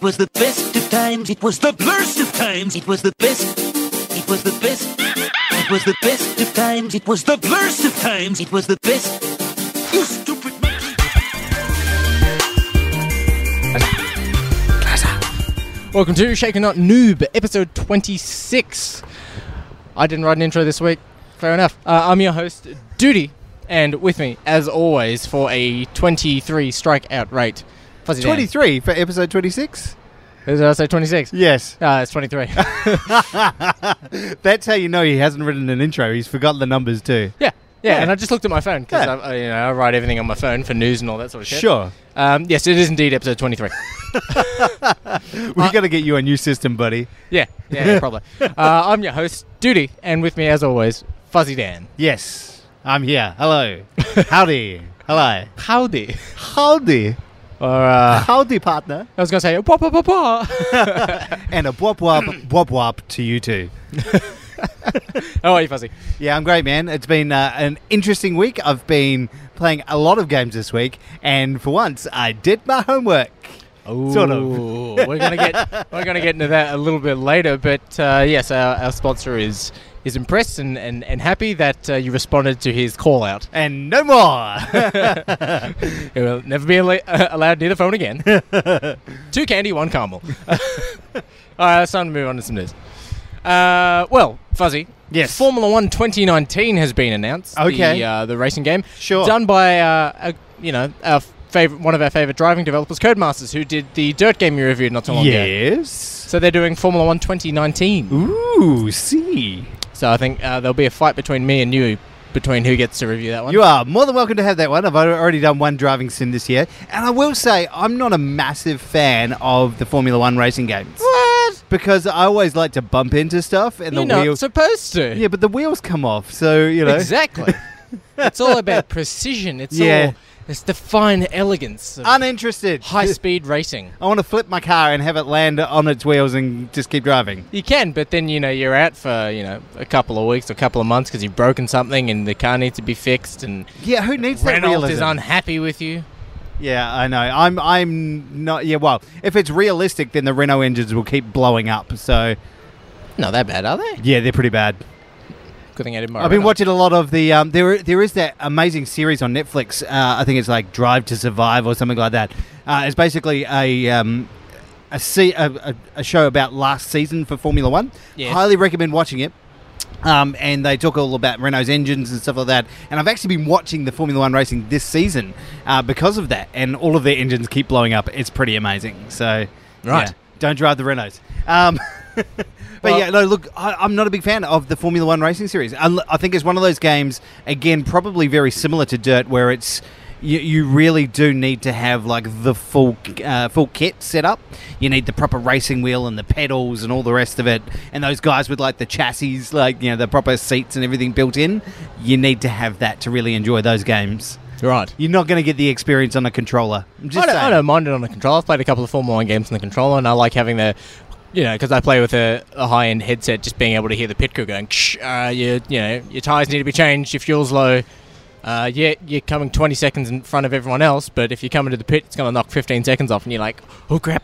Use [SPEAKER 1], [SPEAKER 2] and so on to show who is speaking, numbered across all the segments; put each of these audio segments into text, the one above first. [SPEAKER 1] was the best of times. It was the blurst of times. It was the best. It was the best. It was the best of times. It was the blurst of times. It was the best. You stupid monkey.
[SPEAKER 2] Welcome to Shaken Not Noob, episode 26. I didn't write an intro this week. Fair enough. Uh, I'm your host, Duty, and with me, as always, for a 23 strikeout rate. Fuzzy Dan.
[SPEAKER 3] 23 for episode 26?
[SPEAKER 2] Did I say 26?
[SPEAKER 3] Yes.
[SPEAKER 2] Uh, it's 23.
[SPEAKER 3] That's how you know he hasn't written an intro. He's forgotten the numbers too.
[SPEAKER 2] yeah. Yeah,
[SPEAKER 3] Yeah.
[SPEAKER 2] and I just looked at my phone because
[SPEAKER 3] Yeah.
[SPEAKER 2] I, you know, I write everything on my phone for news and all that sort of shit.
[SPEAKER 3] Sure.
[SPEAKER 2] Um, yes, it is indeed episode 23.
[SPEAKER 3] We've got to get you a new system, buddy.
[SPEAKER 2] yeah, yeah, yeah, probably. Uh, I'm your host, Duty, and with me, as always, Fuzzy Dan.
[SPEAKER 3] Yes. I'm here. Hello. Howdy. Hello.
[SPEAKER 2] Howdy.
[SPEAKER 3] Howdy.
[SPEAKER 2] Or, uh,
[SPEAKER 3] Howdy, partner.
[SPEAKER 2] I was going to say, wah, wah, wah, wah.
[SPEAKER 3] And a bwop wop bwop wop to you too.
[SPEAKER 2] How are you, Fuzzy?
[SPEAKER 3] Yeah, I'm great, man. It's been uh, an interesting week. I've been playing a lot of games this week, and for once, I did my homework. Sort of.
[SPEAKER 2] Ooh, we're gonna get we're gonna get into that a little bit later, but uh, yes, our, our sponsor is is impressed and, and, and happy that uh, you responded to his call out.
[SPEAKER 3] And no more.
[SPEAKER 2] It will never be alla- allowed near the phone again. Two candy, one caramel. All right, it's time to move on to some news. Uh, well, Fuzzy.
[SPEAKER 3] Yes.
[SPEAKER 2] Formula One 2019 has been announced.
[SPEAKER 3] Okay.
[SPEAKER 2] The, uh, the racing game.
[SPEAKER 3] Sure.
[SPEAKER 2] Done by, uh, a, you know, our favorite, one of our favorite driving developers, Codemasters, who did the dirt game you reviewed not so long ago.
[SPEAKER 3] yes.
[SPEAKER 2] So they're doing Formula One 2019.
[SPEAKER 3] Ooh, see.
[SPEAKER 2] So I think uh, there'll be a fight between me and you between who gets to review that one.
[SPEAKER 3] You are more than welcome to have that one. I've al- already done one driving sim this year, and I will say I'm not a massive fan of the Formula One racing games
[SPEAKER 2] what?
[SPEAKER 3] because I always like to bump into stuff and
[SPEAKER 2] You're
[SPEAKER 3] the
[SPEAKER 2] not
[SPEAKER 3] wheels.
[SPEAKER 2] supposed to.
[SPEAKER 3] yeah, but the wheels come off, so you know.
[SPEAKER 2] Exactly. it's all about precision. It's
[SPEAKER 3] Yeah.
[SPEAKER 2] all it's the fine elegance of
[SPEAKER 3] Uninterested.
[SPEAKER 2] high speed racing.
[SPEAKER 3] I want to flip my car and have it land on its wheels and just keep driving.
[SPEAKER 2] You can, but then you know you're out for you know a couple of weeks or a couple of months because you've broken something and the car needs to be fixed and
[SPEAKER 3] Yeah, who needs that
[SPEAKER 2] Reynolds is
[SPEAKER 3] realism?
[SPEAKER 2] unhappy with you.
[SPEAKER 3] Yeah, I know. I'm. I'm not. Yeah, well, if it's realistic, then the Renault engines will keep blowing up. So
[SPEAKER 2] Not that bad, are they?
[SPEAKER 3] yeah, they're pretty bad.
[SPEAKER 2] Good thing I didn't.
[SPEAKER 3] I've been watching a lot of the. Um, there, there is that amazing series on Netflix. Uh, I think it's like Drive to Survive or something like that. Uh, it's basically a. Um, a, se- a, a, a show about last season for Formula One.
[SPEAKER 2] Yes.
[SPEAKER 3] Highly recommend watching it. Um, and they talk all about Renault's engines and stuff like that. And I've actually been watching the Formula One racing this season uh, because of that. And all of their engines keep blowing up. It's pretty amazing. So,
[SPEAKER 2] Right.
[SPEAKER 3] yeah, don't drive the Renaults. Um, But
[SPEAKER 2] Well-
[SPEAKER 3] yeah, no, look, I, I'm not a big fan of the Formula One racing series. I, I think it's one of those games, again, probably very similar to Dirt, where it's you, you really do need to have like the full uh, full kit set up. You need the proper racing wheel and the pedals and all the rest of it. And those guys with like the chassis, like you know, the proper seats and everything built in. You need to have that to really enjoy those games.
[SPEAKER 2] right.
[SPEAKER 3] You're not going to get the experience on a controller. I'm just
[SPEAKER 2] I don't, I
[SPEAKER 3] saying.
[SPEAKER 2] don't mind it on the controller. I've played a couple of Formula One games on the controller, and I like having the, you know, because I play with a, a high end headset, just being able to hear the pit crew going, Ksh, uh, you, you know, your tires need to be changed, your fuel's low. Uh, yeah, you're coming 20 seconds in front of everyone else, but if you come into the pit, it's going to knock 15 seconds off, and you're like, oh crap.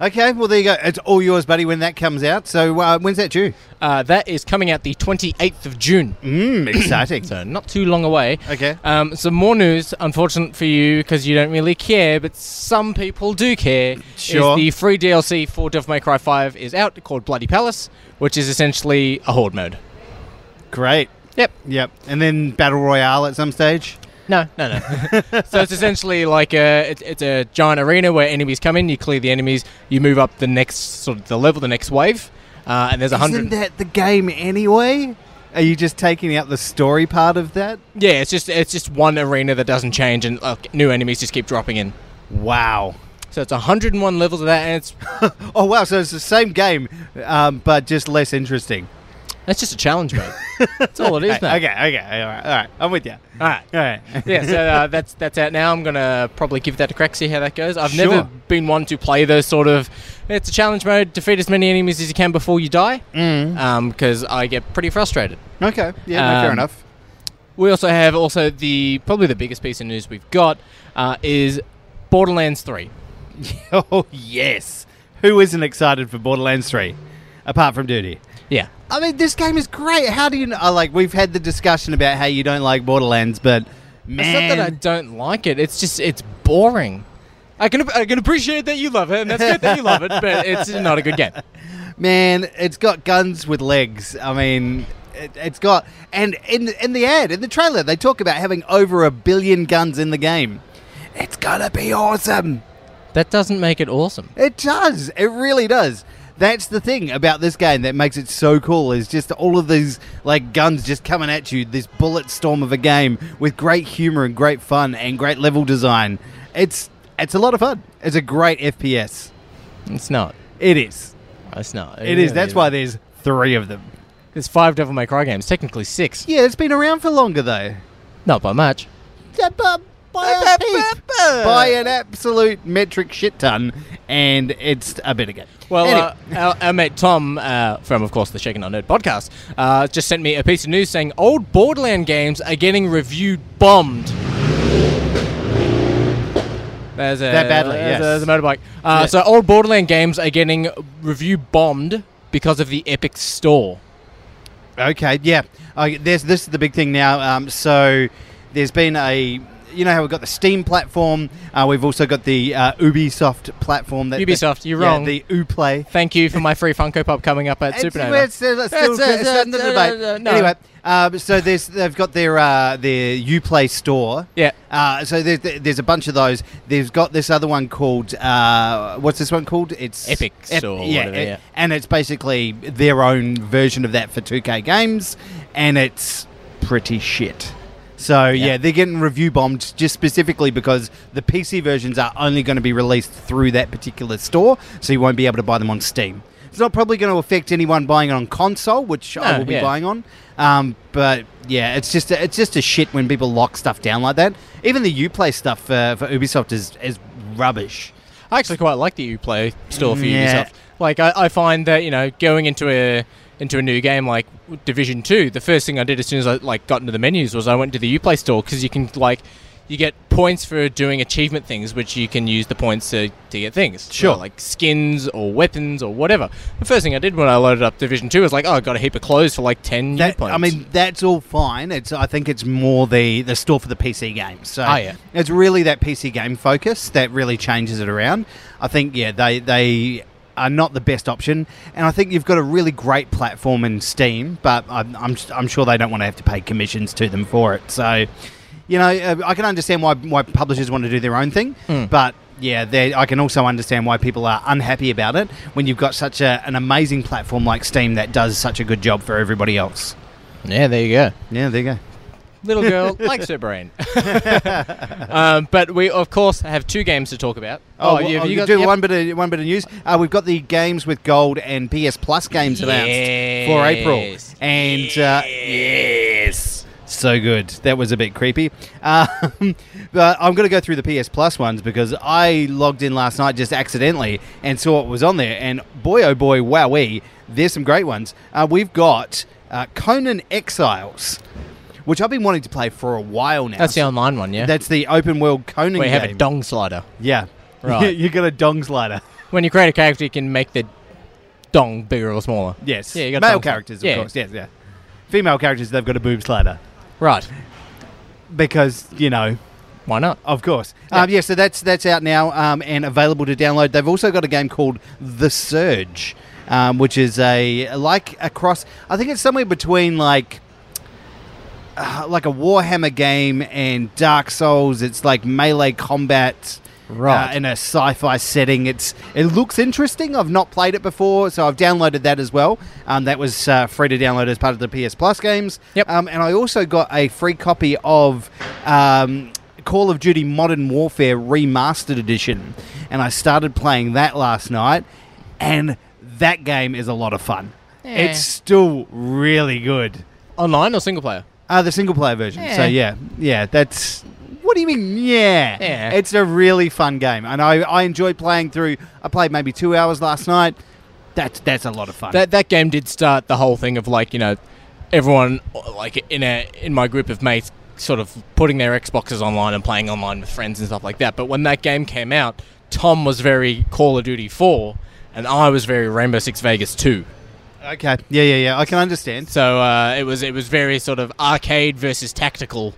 [SPEAKER 3] Okay, well there you go. It's all yours, buddy. When that comes out. So uh, when's that due?
[SPEAKER 2] Uh, that is coming out the 28th of June,
[SPEAKER 3] Mm, exciting.
[SPEAKER 2] so not too long away.
[SPEAKER 3] Okay.
[SPEAKER 2] Um, some more news, unfortunate for you because you don't really care, but some people do care.
[SPEAKER 3] Sure.
[SPEAKER 2] Is the free DLC for Devil May Cry 5 is out called Bloody Palace, which is essentially a horde mode.
[SPEAKER 3] Great.
[SPEAKER 2] Yep.
[SPEAKER 3] Yep. And then battle royale at some stage.
[SPEAKER 2] No, no, no. so it's essentially like a it, it's a giant arena where enemies come in, you clear the enemies, you move up the next sort of the level, the next wave, uh, and there's a
[SPEAKER 3] Isn't
[SPEAKER 2] hundred.
[SPEAKER 3] that the game anyway? Are you just taking out the story part of that?
[SPEAKER 2] yeah, it's just it's just one arena that doesn't change, and uh, new enemies just keep dropping in.
[SPEAKER 3] Wow.
[SPEAKER 2] So it's 101 levels of that, and it's
[SPEAKER 3] Oh wow! So it's the same game, um, but just less interesting.
[SPEAKER 2] that's just a challenge mode. that's all it is, mate.
[SPEAKER 3] Okay. Okay. Okay. All right. All right. I'm with you.
[SPEAKER 2] All right.
[SPEAKER 3] All right.
[SPEAKER 2] yeah, so uh, that's that's out now. I'm gonna probably give that a crack, see how that goes. I've
[SPEAKER 3] Sure.
[SPEAKER 2] never been one to play those sort of. It's a challenge mode. Defeat as many enemies as you can before you die, Mm. because I get pretty frustrated.
[SPEAKER 3] Okay. Yeah. no, fair
[SPEAKER 2] Um,
[SPEAKER 3] enough.
[SPEAKER 2] We also have also the probably the biggest piece of news we've got uh, is Borderlands Three.
[SPEAKER 3] oh yes, who isn't excited for Borderlands Three, apart from Duty?
[SPEAKER 2] Yeah.
[SPEAKER 3] I mean, this game is great. How do you know? Like, we've had the discussion about how you don't like Borderlands, but man,
[SPEAKER 2] It's not that I don't like it. It's just it's boring. I can I can appreciate that you love it, and that's good that you love it. But it's not a good game.
[SPEAKER 3] man, it's got guns with legs. I mean, it, it's got and in in the ad in the trailer they talk about having over a billion guns in the game. It's gonna be awesome.
[SPEAKER 2] That doesn't make it awesome.
[SPEAKER 3] It does. It really does. That's the thing about this game that makes it so cool is just all of these like guns just coming at you, this bullet storm of a game with great humor and great fun and great level design. It's it's a lot of fun. It's a great FPS.
[SPEAKER 2] It's not.
[SPEAKER 3] It is.
[SPEAKER 2] It's not.
[SPEAKER 3] It is. That's why there's three of them.
[SPEAKER 2] there's five Devil May Cry games. Technically six.
[SPEAKER 3] Yeah, it's been around for longer though. Uh,
[SPEAKER 2] Not by much.
[SPEAKER 3] Yeah, bu- By a heap. By an absolute metric shit ton, and it's a better game.
[SPEAKER 2] Well,
[SPEAKER 3] Anyway.
[SPEAKER 2] uh, our, our mate Tom uh, from, of course, the Shaken Not Nerd podcast uh, just sent me a piece of news saying old Borderland games are getting reviewed bombed. There's a,
[SPEAKER 3] That badly,
[SPEAKER 2] there's
[SPEAKER 3] yes.
[SPEAKER 2] a- there's a motorbike. Uh,
[SPEAKER 3] Yeah.
[SPEAKER 2] So old Borderland games are getting review bombed because of the Epic Store.
[SPEAKER 3] Okay, yeah. Uh, there's this is the big thing now. Um, so there's been a you know how we've got the Steam platform. Uh, we've also got the uh, Ubisoft platform. That
[SPEAKER 2] Ubisoft, you're
[SPEAKER 3] yeah,
[SPEAKER 2] wrong.
[SPEAKER 3] The Uplay.
[SPEAKER 2] Thank you for my free Funko Pop coming up at Supernova.
[SPEAKER 3] It's, it's, it's still,
[SPEAKER 2] That's-
[SPEAKER 3] it's,
[SPEAKER 2] that's-
[SPEAKER 3] still under
[SPEAKER 2] that's-
[SPEAKER 3] debate.
[SPEAKER 2] uh, no.
[SPEAKER 3] Anyway, um, so there's they've got their uh, their UPlay store.
[SPEAKER 2] Yeah.
[SPEAKER 3] Uh, so there's, there's a bunch of those. They've got this other one called uh, what's this one called? It's
[SPEAKER 2] Epic Store
[SPEAKER 3] yeah,
[SPEAKER 2] or
[SPEAKER 3] e-
[SPEAKER 2] whatever,
[SPEAKER 3] it-
[SPEAKER 2] yeah.
[SPEAKER 3] and it's basically their own version of that for 2K games, and it's pretty shit. So yeah, they're getting review bombed just specifically because the PC versions are only going to be released through that particular store, so you won't be able to buy them on Steam. It's not probably going to affect anyone buying it on console, which I
[SPEAKER 2] No,
[SPEAKER 3] will be
[SPEAKER 2] yeah.
[SPEAKER 3] buying on. Um, but yeah, it's just it's just a shit when people lock stuff down like that. Even the UPlay stuff for, for Ubisoft is is rubbish.
[SPEAKER 2] I actually quite like the Uplay store for
[SPEAKER 3] Yeah.
[SPEAKER 2] Ubisoft. Like I, I find that you know going into a into a new game like Division Two, the first thing I did as soon as I like got into the menus was I went to the Uplay store because you can like you get points for doing achievement things, which you can use the points to, to get things.
[SPEAKER 3] Sure.
[SPEAKER 2] like skins or weapons or whatever. The first thing I did when I loaded up Division Two was like, oh, I got a heap of clothes for like ten
[SPEAKER 3] That,
[SPEAKER 2] points.
[SPEAKER 3] I mean, that's all fine. It's I think it's more the the store for the PC games. So
[SPEAKER 2] Oh, yeah.
[SPEAKER 3] it's really that PC game focus that really changes it around. I think yeah, they they are not the best option, and I think you've got a really great platform in Steam, but I'm I'm, I'm sure they don't want to have to pay commissions to them for it. So you know, uh, I can understand why why publishers want to do their own thing,
[SPEAKER 2] Hmm.
[SPEAKER 3] but. Yeah, they- I can also understand why people are unhappy about it when you've got such a, an amazing platform like Steam that does such a good job for everybody else.
[SPEAKER 2] yeah, there you go.
[SPEAKER 3] Yeah, there you go.
[SPEAKER 2] little girl likes her brain. um, but we, of course, have two games to talk about.
[SPEAKER 3] Oh,
[SPEAKER 2] you-
[SPEAKER 3] you,
[SPEAKER 2] have you got-
[SPEAKER 3] do
[SPEAKER 2] yep.
[SPEAKER 3] one bit of one bit of news. Uh, we've got the games with gold and PS Plus games announced for April,
[SPEAKER 2] Yes.
[SPEAKER 3] and uh, yes, so good. That was a bit creepy, um, but I'm going to go through the PS Plus ones because I logged in last night just accidentally and saw what was on there, and boy oh boy, wowee, there's some great ones. Uh, we've got uh, Conan Exiles, which I've been wanting to play for a while now.
[SPEAKER 2] That's the online one, yeah.
[SPEAKER 3] That's the open world Conan
[SPEAKER 2] we have a
[SPEAKER 3] game.
[SPEAKER 2] dong slider.
[SPEAKER 3] Yeah.
[SPEAKER 2] Right.
[SPEAKER 3] you got a dong slider.
[SPEAKER 2] When you create a character, you can make the dong bigger or smaller.
[SPEAKER 3] Yes.
[SPEAKER 2] Yeah, you got
[SPEAKER 3] Male
[SPEAKER 2] a dong slider.
[SPEAKER 3] characters, of
[SPEAKER 2] Yeah.
[SPEAKER 3] course. Yes, yeah. Female characters, they've got a boob slider.
[SPEAKER 2] Right.
[SPEAKER 3] Because, you know,
[SPEAKER 2] Why not?
[SPEAKER 3] of course. Yeah, um, yeah so that's that's out now um, and available to download. They've also got a game called The Surge, um, which is a, like, across, I think it's somewhere between, like, uh, like a Warhammer game and Dark Souls. It's like melee combat.
[SPEAKER 2] Right.
[SPEAKER 3] uh, in a sci-fi setting. It's it looks interesting. I've not played it before, so I've downloaded that as well. Um, that was uh, free to download as part of the PS Plus games.
[SPEAKER 2] Yep.
[SPEAKER 3] Um, and I also got a free copy of um, Call of Duty Modern Warfare Remastered Edition, and I started playing that last night, and that game is a lot of fun. It's still really good.
[SPEAKER 2] Online or single player?
[SPEAKER 3] Uh, the single player version. So
[SPEAKER 2] Yeah.
[SPEAKER 3] yeah, yeah, that's. What do you mean? Yeah,
[SPEAKER 2] Yeah.
[SPEAKER 3] It's a really fun game, and I I enjoy playing through. I played maybe two hours last night. That's that's a lot of fun.
[SPEAKER 2] That that game did start the whole thing of like you know, everyone like in a in my group of mates sort of putting their Xboxes online and playing online with friends and stuff like that. But when that game came out, Tom was very Call of Duty 4, and I was very Rainbow Six Vegas 2.
[SPEAKER 3] Okay. Yeah, yeah, yeah. I can understand.
[SPEAKER 2] So uh, it was it was very sort of arcade versus tactical.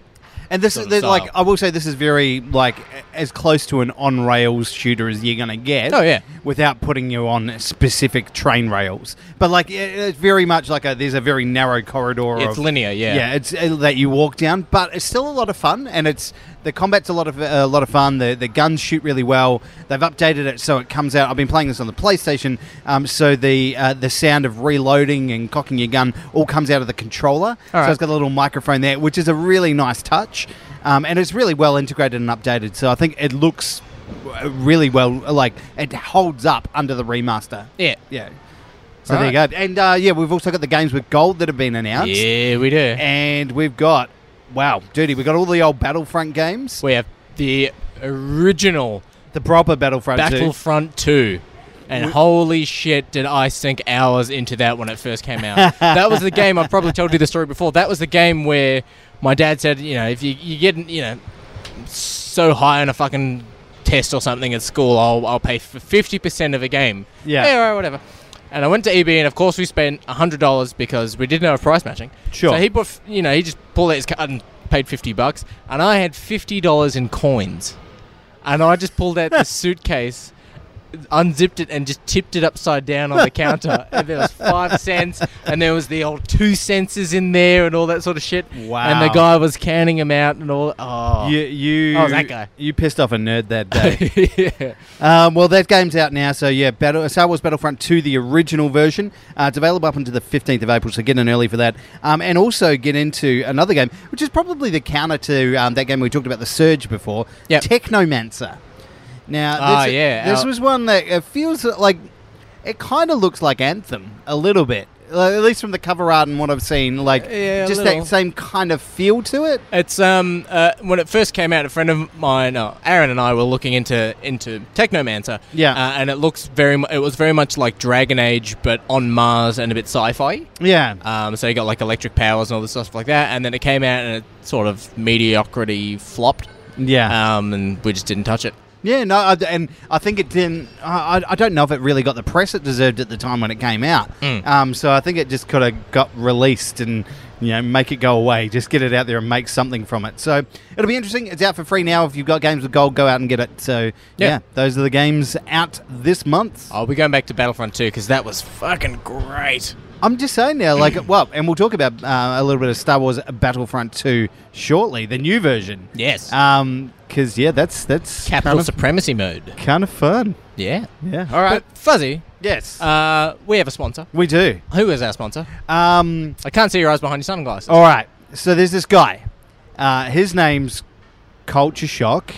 [SPEAKER 3] And this is
[SPEAKER 2] Sort of
[SPEAKER 3] like
[SPEAKER 2] style.
[SPEAKER 3] I will say this is very like a- as close to an on rails shooter as you're gonna get.
[SPEAKER 2] Oh, yeah.
[SPEAKER 3] Without putting you on specific train rails, but like it- it's very much like a there's a very narrow corridor.
[SPEAKER 2] It's
[SPEAKER 3] of,
[SPEAKER 2] linear, yeah.
[SPEAKER 3] Yeah, it's uh, that you walk down, but it's still a lot of fun, and it's the combat's a lot of uh, a lot of fun. The the guns shoot really well. They've updated it so it comes out. I've been playing this on the PlayStation, um, so the uh, the sound of reloading and cocking your gun all comes out of the controller.
[SPEAKER 2] All
[SPEAKER 3] So
[SPEAKER 2] right.
[SPEAKER 3] it's got a little microphone there, which is a really nice touch, um, and it's really well integrated and updated. So I think it looks uh, really well. Like it holds up under the remaster.
[SPEAKER 2] Yeah.
[SPEAKER 3] Yeah. So there you go. And uh, yeah, we've also got the games with gold that have been announced
[SPEAKER 2] Yeah, we do.
[SPEAKER 3] and we've got wow, dude, we've got all the old Battlefront games,
[SPEAKER 2] we have the original
[SPEAKER 3] the proper Battlefront. too.
[SPEAKER 2] Battlefront 2. And holy shit, did I sink hours into that when it first came out. that was the game, I've probably told you the story before. That was the game where my dad said, you know, if you, you get, you know, so high on a fucking test or something at school, I'll, I'll pay for 50% of a game.
[SPEAKER 3] Yeah.
[SPEAKER 2] Hey, all right, whatever. And I went to EB, and of course, we spent $100 because we didn't have price matching.
[SPEAKER 3] Sure.
[SPEAKER 2] So he put, f- you know, he just pulled out his card and paid 50 bucks, and I had $50 in coins and I just pulled out this suitcase, unzipped it, and just tipped it upside down on the counter. And there was five cents, and there was the old two senses in there, and all that sort of shit. And
[SPEAKER 3] Wow.
[SPEAKER 2] the guy was counting them out, and all. Oh.
[SPEAKER 3] You, you,
[SPEAKER 2] I was that guy.
[SPEAKER 3] You pissed off a nerd that day.
[SPEAKER 2] yeah.
[SPEAKER 3] um, well, that game's out now, so yeah, Battle, Star Wars Battlefront 2, the original version. Uh, it's available up until the 15th of April, so get in early for that. Um, and also get into another game, which is probably the counter to um, that game we talked about, The Surge, before
[SPEAKER 2] Yep.
[SPEAKER 3] Technomancer. Now,
[SPEAKER 2] Ah,
[SPEAKER 3] this,
[SPEAKER 2] yeah,
[SPEAKER 3] this
[SPEAKER 2] our-
[SPEAKER 3] was one that it feels like it kind of looks like Anthem a little bit. Like, at least from the cover art and what I've seen, like
[SPEAKER 2] Yeah, a
[SPEAKER 3] just
[SPEAKER 2] little.
[SPEAKER 3] that same kind of feel to it.
[SPEAKER 2] It's um uh, when it first came out, a friend of mine, uh, Aaron and I were looking into into Technomancer.
[SPEAKER 3] Yeah.
[SPEAKER 2] Uh, and it looks very. Mu- it was very much like Dragon Age, but on Mars and a bit sci-fi.
[SPEAKER 3] Yeah,
[SPEAKER 2] Um, so you got like electric powers and all this stuff like that, and then it came out and it sort of mediocrity flopped,
[SPEAKER 3] yeah.
[SPEAKER 2] um, and we just didn't touch it.
[SPEAKER 3] Yeah, no, I, and I think it didn't. I, I- I don't know if it really got the press it deserved at the time when it came out.
[SPEAKER 2] Mm.
[SPEAKER 3] Um, so I think it just could have got released and you know make it go away. Just get it out there and make something from it. So it'll be interesting. It's out for free now. If you've got games with gold, go out and get it. So yeah, those are the games out this month.
[SPEAKER 2] I'll be going back to Battlefront 2 because that was fucking great.
[SPEAKER 3] I'm just saying now, like, well, and we'll talk about uh, a little bit of Star Wars Battlefront 2 shortly, the new version.
[SPEAKER 2] Yes.
[SPEAKER 3] Um, because yeah, that's that's
[SPEAKER 2] Capital
[SPEAKER 3] kind of,
[SPEAKER 2] Supremacy mode.
[SPEAKER 3] kind of fun.
[SPEAKER 2] Yeah.
[SPEAKER 3] Yeah.
[SPEAKER 2] All right, Fuzzy.
[SPEAKER 3] yes.
[SPEAKER 2] Uh, we have a sponsor.
[SPEAKER 3] we do.
[SPEAKER 2] Who is our sponsor?
[SPEAKER 3] Um,
[SPEAKER 2] I can't see your eyes behind your sunglasses.
[SPEAKER 3] all right. So there's this guy. Uh, his name's Culture Shock,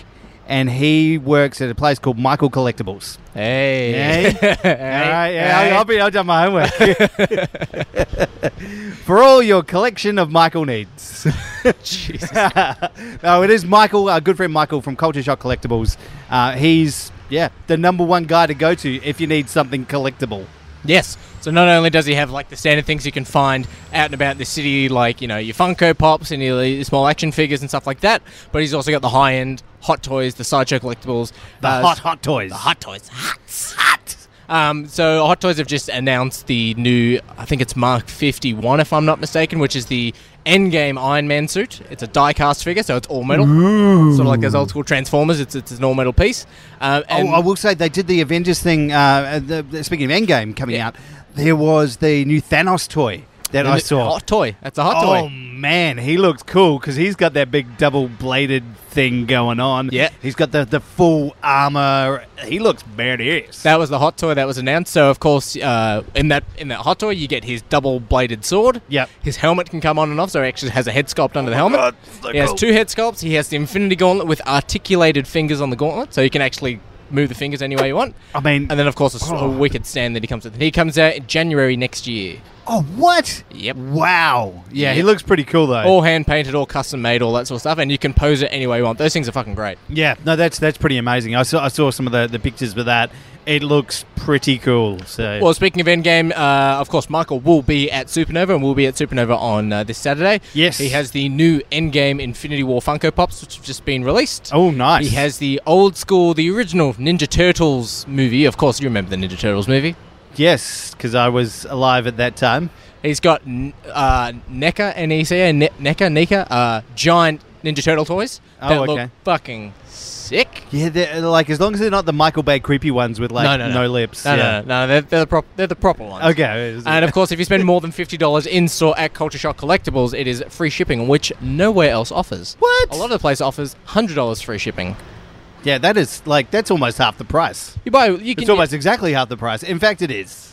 [SPEAKER 3] and he works at a place called Michael Collectibles.
[SPEAKER 2] Hey.
[SPEAKER 3] Hey.
[SPEAKER 2] Hey.
[SPEAKER 3] All right, yeah,
[SPEAKER 2] Hey.
[SPEAKER 3] I'll be. I've done my homework. For all your collection of Michael needs.
[SPEAKER 2] Jesus.
[SPEAKER 3] no, it is Michael, our good friend Michael from Culture Shock Collectibles. Uh, he's yeah the number one guy to go to if you need something collectible.
[SPEAKER 2] Yes. So not only does he have like the standard things you can find out and about the city, like you know your Funko Pops and your, your small action figures and stuff like that, but he's also got the high end hot toys, the sideshow collectibles,
[SPEAKER 3] The
[SPEAKER 2] uh,
[SPEAKER 3] hot hot toys. The
[SPEAKER 2] hot toys, hot, hot. Um, so Hot Toys have just announced the new, I think it's Mark 51, if I'm not mistaken, which is the endgame Iron Man suit. It's a die-cast figure, so it's all metal, sort of like those old school Transformers. It's it's an all metal piece. Um, and
[SPEAKER 3] oh, I will say they did the Avengers thing. Uh, the, the- speaking of Endgame coming
[SPEAKER 2] Yeah.
[SPEAKER 3] out, there was the new Thanos toy that I
[SPEAKER 2] and the-
[SPEAKER 3] saw.
[SPEAKER 2] hot toy. That's a hot
[SPEAKER 3] Oh
[SPEAKER 2] toy.
[SPEAKER 3] man, he looks cool because he's got that big double bladed thing going on.
[SPEAKER 2] Yeah.
[SPEAKER 3] he's got the, the full armor. He looks badass.
[SPEAKER 2] That was the hot toy that was announced. So of course, uh, in that in that hot toy, you get his double bladed sword.
[SPEAKER 3] Yep.
[SPEAKER 2] His helmet can come on and off. So he actually has a head sculpt under the helmet. he has two head sculpts. He has the Infinity Gauntlet with articulated fingers on the gauntlet, so you can actually move the fingers any way you want.
[SPEAKER 3] I mean,
[SPEAKER 2] And then of course, a, s- a
[SPEAKER 3] Oh.
[SPEAKER 2] wicked stand that he comes with. He comes out in January next year.
[SPEAKER 3] oh what?
[SPEAKER 2] Yep.
[SPEAKER 3] Wow. Yeah, he
[SPEAKER 2] Yep.
[SPEAKER 3] looks pretty cool though.
[SPEAKER 2] All hand painted, all custom made, all that sort of stuff, and you can pose it any way you want. Those things are fucking great.
[SPEAKER 3] Yeah, no, that's that's pretty amazing. I saw I saw some of the, the pictures with that, It looks pretty cool. So
[SPEAKER 2] Well, speaking of Endgame, uh, of course, Michael will be at Supernova and will be at Supernova on uh, this Saturday.
[SPEAKER 3] Yes.
[SPEAKER 2] He has the new Endgame Infinity War Funko Pops, which have just been released.
[SPEAKER 3] oh, nice.
[SPEAKER 2] He has the old school, the original Ninja Turtles movie. Of course, you remember the Ninja Turtles movie.
[SPEAKER 3] yes, because I was alive at that time.
[SPEAKER 2] He's got n- uh, NECA, N-E-C-A, ne- E, NECA, NECA, uh, giant Ninja Turtle toys
[SPEAKER 3] Oh,
[SPEAKER 2] that
[SPEAKER 3] okay.
[SPEAKER 2] look fucking sick.
[SPEAKER 3] Yeah, they're, like as long as they're not the Michael Bay creepy ones with like no, lips.
[SPEAKER 2] No,
[SPEAKER 3] yeah.
[SPEAKER 2] no, no. They're, they're, the prop- they're the proper ones.
[SPEAKER 3] Okay.
[SPEAKER 2] And of course, if you spend more than fifty dollars in store at Culture Shock Collectibles, it is free shipping, which nowhere else offers.
[SPEAKER 3] What?
[SPEAKER 2] A lot of the place offers hundred dollars free shipping.
[SPEAKER 3] yeah, that is like that's almost half the price.
[SPEAKER 2] You buy, you can.
[SPEAKER 3] It's almost exactly half the price. In fact, it is.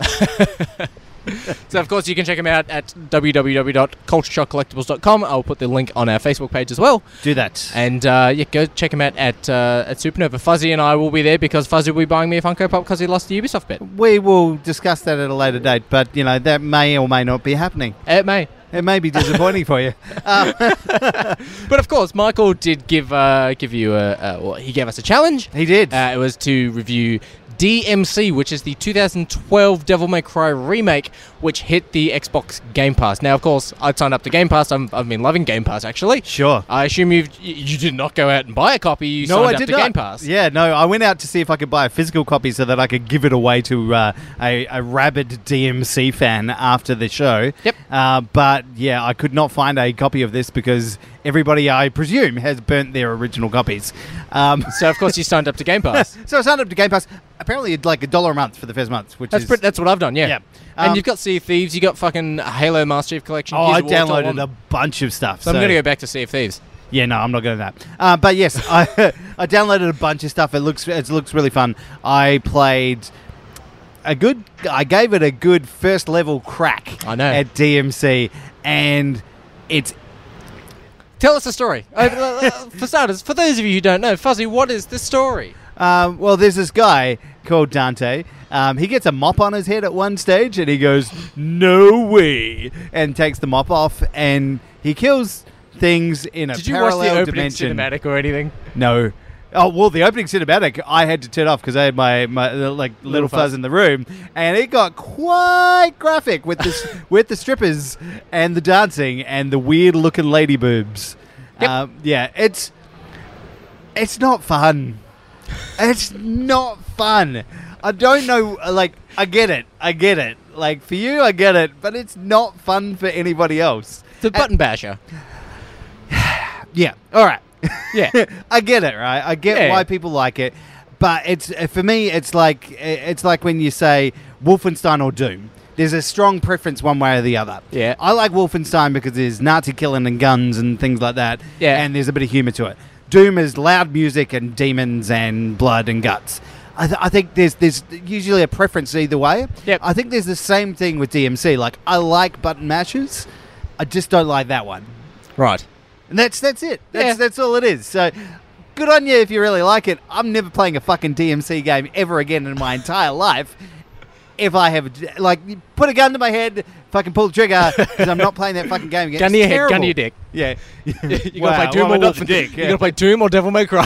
[SPEAKER 2] so of course, you can check them out at www.cultureshockcollectibles.com. I'll put the link on our Facebook page as well,
[SPEAKER 3] Do that.
[SPEAKER 2] and uh, yeah, go check them out at uh, at Supernova. Fuzzy and I will be there because Fuzzy will be buying me a Funko Pop because he lost the Ubisoft bet.
[SPEAKER 3] we will discuss that at a later date, but you know that may or may not be happening.
[SPEAKER 2] It may.
[SPEAKER 3] It may be disappointing for you.
[SPEAKER 2] But of course, Michael did give uh, give you a uh, well, he gave us a challenge.
[SPEAKER 3] He did.
[SPEAKER 2] Uh, it was to review DMC, which is the 2012 Devil May Cry remake, which hit the Xbox Game Pass. Now, of course, I signed up to Game Pass. I'm, I've been loving Game Pass actually.
[SPEAKER 3] sure.
[SPEAKER 2] I assume you've, you you did not go out and buy a copy. You
[SPEAKER 3] no,
[SPEAKER 2] signed
[SPEAKER 3] I
[SPEAKER 2] up
[SPEAKER 3] did
[SPEAKER 2] to
[SPEAKER 3] not.
[SPEAKER 2] Game Pass.
[SPEAKER 3] Yeah, no, I went out to see if I could buy a physical copy so that I could give it away to uh, a, a rabid DMC fan after the show.
[SPEAKER 2] Yep.
[SPEAKER 3] Uh, but yeah, I could not find a copy of this because everybody, I presume, has burnt their original copies. Um,
[SPEAKER 2] So of course you signed up to Game Pass.
[SPEAKER 3] so I signed up to Game Pass. Apparently, it's like a dollar a month for the first month, which
[SPEAKER 2] That's
[SPEAKER 3] is
[SPEAKER 2] pretty, that's what I've done. Yeah.
[SPEAKER 3] Yeah.
[SPEAKER 2] and
[SPEAKER 3] Um,
[SPEAKER 2] you've got Sea of Thieves. You got fucking Halo Master Chief Collection.
[SPEAKER 3] Oh,
[SPEAKER 2] Gears
[SPEAKER 3] I
[SPEAKER 2] of War, Top
[SPEAKER 3] downloaded a
[SPEAKER 2] One.
[SPEAKER 3] bunch of stuff.
[SPEAKER 2] So I'm gonna go back to Sea of Thieves.
[SPEAKER 3] Yeah, no, I'm not going to that. Uh, but yes, I I downloaded a bunch of stuff. It looks it looks really fun. I played a good. I gave it a good first level crack.
[SPEAKER 2] I know.
[SPEAKER 3] at DMC, and it's
[SPEAKER 2] Tell us a story. Uh, uh, uh, for starters, for those of you who don't know, Fuzzy, what is the story?
[SPEAKER 3] Um, well, there's this guy called Dante. Um, he gets a mop on his head at one stage and he goes, No way! And takes the mop off and he kills things in a
[SPEAKER 2] Did you watch
[SPEAKER 3] parallel
[SPEAKER 2] the opening
[SPEAKER 3] dimension.
[SPEAKER 2] cinematic or anything?
[SPEAKER 3] No. Oh well, the opening cinematic I had to turn off because I had my, my uh, like little,
[SPEAKER 2] Little
[SPEAKER 3] fuzz.
[SPEAKER 2] Fuzz.
[SPEAKER 3] in the room, and it got quite graphic with this with the strippers and the dancing and the weird looking lady boobs.
[SPEAKER 2] Yep.
[SPEAKER 3] Um, yeah, it's it's not fun. It's not fun. I don't know. uh, Like I get it. I get it. Like for you, I get it, but it's not fun for anybody else.
[SPEAKER 2] The button basher.
[SPEAKER 3] Yeah. All right.
[SPEAKER 2] Yeah.
[SPEAKER 3] I get it, right? I get
[SPEAKER 2] Yeah.
[SPEAKER 3] why people like it, but it's uh, for me, it's like it's like when you say Wolfenstein or Doom. There's a strong preference one way or the other.
[SPEAKER 2] Yeah.
[SPEAKER 3] I like Wolfenstein because there's Nazi killing and guns and things like that.
[SPEAKER 2] Yeah.
[SPEAKER 3] and there's a bit of humor to it. Doom is loud music and demons and blood and guts. I, th- I think there's there's usually a preference either way.
[SPEAKER 2] Yep.
[SPEAKER 3] I think there's the same thing with DMC. Like I like button mashes, I just don't like that one.
[SPEAKER 2] right.
[SPEAKER 3] And that's that's it. That's
[SPEAKER 2] Yeah.
[SPEAKER 3] that's all it is. So good on you if you really like it. I'm never playing a fucking DMC game ever again in my entire life. If I have a- like you put a gun to my head, fucking pull the trigger because I'm not playing that fucking game again.
[SPEAKER 2] Gun to
[SPEAKER 3] It's
[SPEAKER 2] your head, gun to
[SPEAKER 3] terrible.
[SPEAKER 2] your dick.
[SPEAKER 3] Yeah.
[SPEAKER 2] You gotta
[SPEAKER 3] Wow,
[SPEAKER 2] play Doom
[SPEAKER 3] well,
[SPEAKER 2] or
[SPEAKER 3] without the
[SPEAKER 2] Wolfen-
[SPEAKER 3] dick,
[SPEAKER 2] You
[SPEAKER 3] yeah.
[SPEAKER 2] gotta play Doom or Devil May Cry.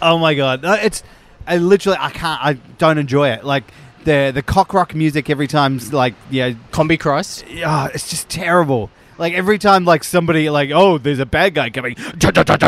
[SPEAKER 3] Oh my god, No, it's I literally I can't I don't enjoy it. Like the the cock rock music every time's like yeah
[SPEAKER 2] Combi Christ.
[SPEAKER 3] yeah, it's just terrible. Like every time, like somebody, like oh, there's a bad guy coming.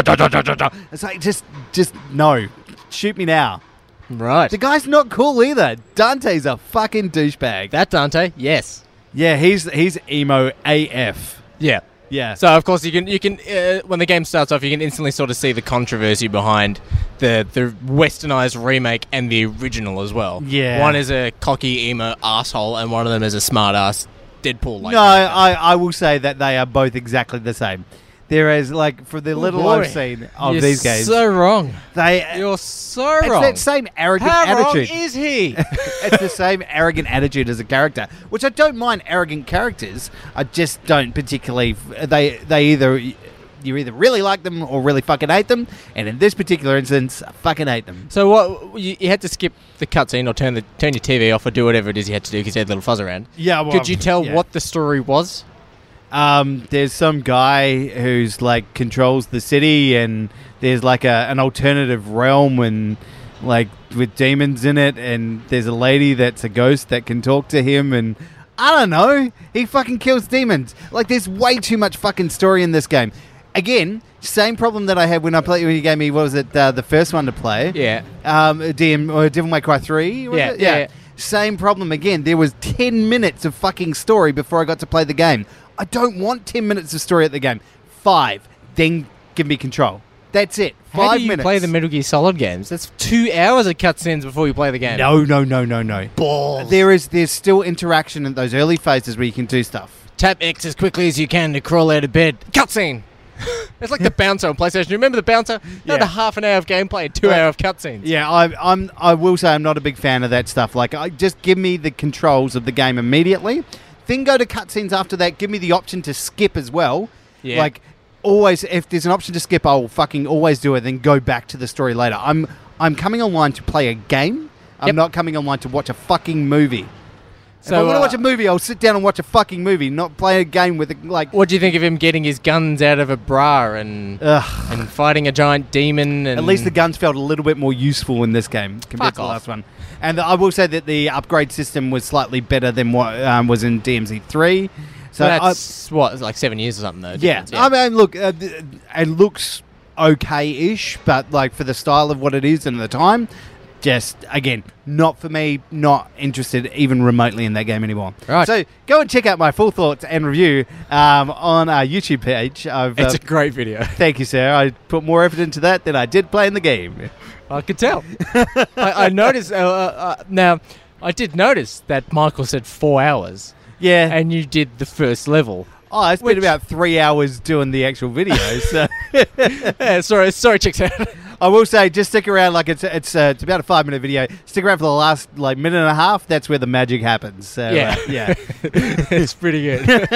[SPEAKER 3] It's like just, just no, shoot me now.
[SPEAKER 2] Right.
[SPEAKER 3] The guy's not cool either. Dante's a fucking douchebag.
[SPEAKER 2] That Dante. Yes.
[SPEAKER 3] yeah, he's he's emo AF.
[SPEAKER 2] Yeah.
[SPEAKER 3] Yeah.
[SPEAKER 2] So of course you can you can uh, when the game starts off you can instantly sort of see the controversy behind the the westernized remake and the original as well.
[SPEAKER 3] Yeah.
[SPEAKER 2] One is a cocky emo asshole and one of them is a smart ass Deadpool like.
[SPEAKER 3] no, I, I will say that they are both exactly the same. There is like for the little
[SPEAKER 2] Oh, boy.
[SPEAKER 3] I've seen of
[SPEAKER 2] You're
[SPEAKER 3] these games,
[SPEAKER 2] so wrong.
[SPEAKER 3] they
[SPEAKER 2] You're so
[SPEAKER 3] it's
[SPEAKER 2] wrong.
[SPEAKER 3] that same arrogant
[SPEAKER 2] How
[SPEAKER 3] attitude.
[SPEAKER 2] wrong is he?
[SPEAKER 3] it's the same arrogant attitude as a character, which I don't mind arrogant characters. I just don't particularly. They they either you either really like them or really fucking hate them. And in this particular instance, I fucking hate them.
[SPEAKER 2] So what you, you had to skip the cutscene or turn the turn your TV off or do whatever it is you had to do because you had little fuzz around.
[SPEAKER 3] Yeah, well, um,
[SPEAKER 2] Could you tell
[SPEAKER 3] yeah.
[SPEAKER 2] what the story was?
[SPEAKER 3] Um, there's some guy who's like controls the city, and there's like a, an alternative realm, and like with demons in it, and there's a lady that's a ghost that can talk to him, and I don't know. He fucking kills demons. Like there's way too much fucking story in this game. Again, same problem that I had when I played when you gave me what was it uh, the first one to play?
[SPEAKER 2] Yeah.
[SPEAKER 3] um, DM or Devil May Cry three. was
[SPEAKER 2] Yeah,
[SPEAKER 3] it?
[SPEAKER 2] yeah, yeah.
[SPEAKER 3] Same problem again. There was ten minutes of fucking story before I got to play the game. I don't want ten minutes of story at the game. Five, then give me control. That's it. Five
[SPEAKER 2] How do you
[SPEAKER 3] minutes.
[SPEAKER 2] play the Metal Gear Solid games? That's two hours of cutscenes before you play the game.
[SPEAKER 3] no, no, no, no, no.
[SPEAKER 2] balls.
[SPEAKER 3] There is there's still interaction in those early phases where you can do stuff.
[SPEAKER 2] Tap X as quickly as you can to crawl out of bed. Cutscene. it's like the bouncer on PlayStation. You remember the bouncer? Yeah. Not
[SPEAKER 3] Yeah.
[SPEAKER 2] a half an hour of gameplay, two hour of cutscenes.
[SPEAKER 3] Yeah, I, I'm. I will say I'm not a big fan of that stuff. Like, I just give me the controls of the game immediately, then go to cutscenes after that. Give me the option to skip as well.
[SPEAKER 2] Yeah.
[SPEAKER 3] Like, always, if there's an option to skip, I'll fucking always do it. Then go back to the story later. I'm. I'm coming online to play a game. I'm
[SPEAKER 2] Yep.
[SPEAKER 3] not coming online to watch a fucking movie. So, if I
[SPEAKER 2] So,
[SPEAKER 3] want to
[SPEAKER 2] uh,
[SPEAKER 3] watch a movie, I'll sit down and watch a fucking movie, not play a game with a, like.
[SPEAKER 2] What do you think of him getting his guns out of a bra and
[SPEAKER 3] Ugh.
[SPEAKER 2] and fighting a giant demon? And
[SPEAKER 3] At least the guns felt a little bit more useful in this game compared
[SPEAKER 2] Fuck
[SPEAKER 3] to the
[SPEAKER 2] off.
[SPEAKER 3] last one. And I will say that the upgrade system was slightly better than what um, was in DMZ three. So
[SPEAKER 2] So
[SPEAKER 3] I-
[SPEAKER 2] that's what it's like seven years or something though.
[SPEAKER 3] yeah.
[SPEAKER 2] difference,
[SPEAKER 3] I mean, look, uh, th- it looks okay-ish, but like for the style of what it is and the time, just again, not for me. Not interested even remotely in that game anymore.
[SPEAKER 2] Right.
[SPEAKER 3] So go and check out my full thoughts and review um, on our YouTube page. I've,
[SPEAKER 2] it's
[SPEAKER 3] uh,
[SPEAKER 2] a great video.
[SPEAKER 3] thank you, sir. I put more effort into that than I did playing the game.
[SPEAKER 2] I could tell. I, I noticed uh, uh, uh, now. I did notice that Michael said four hours,
[SPEAKER 3] Yeah.
[SPEAKER 2] and you did the first level.
[SPEAKER 3] Oh, I spent
[SPEAKER 2] Which-
[SPEAKER 3] about three hours doing the actual video. So
[SPEAKER 2] Yeah, sorry, sorry, checks out.
[SPEAKER 3] I will say, just stick around. Like it's it's uh, it's about a five minute video. Stick around for the last like minute and a half. That's where the magic happens. So, uh,
[SPEAKER 2] Yeah.
[SPEAKER 3] yeah.
[SPEAKER 2] it's pretty good.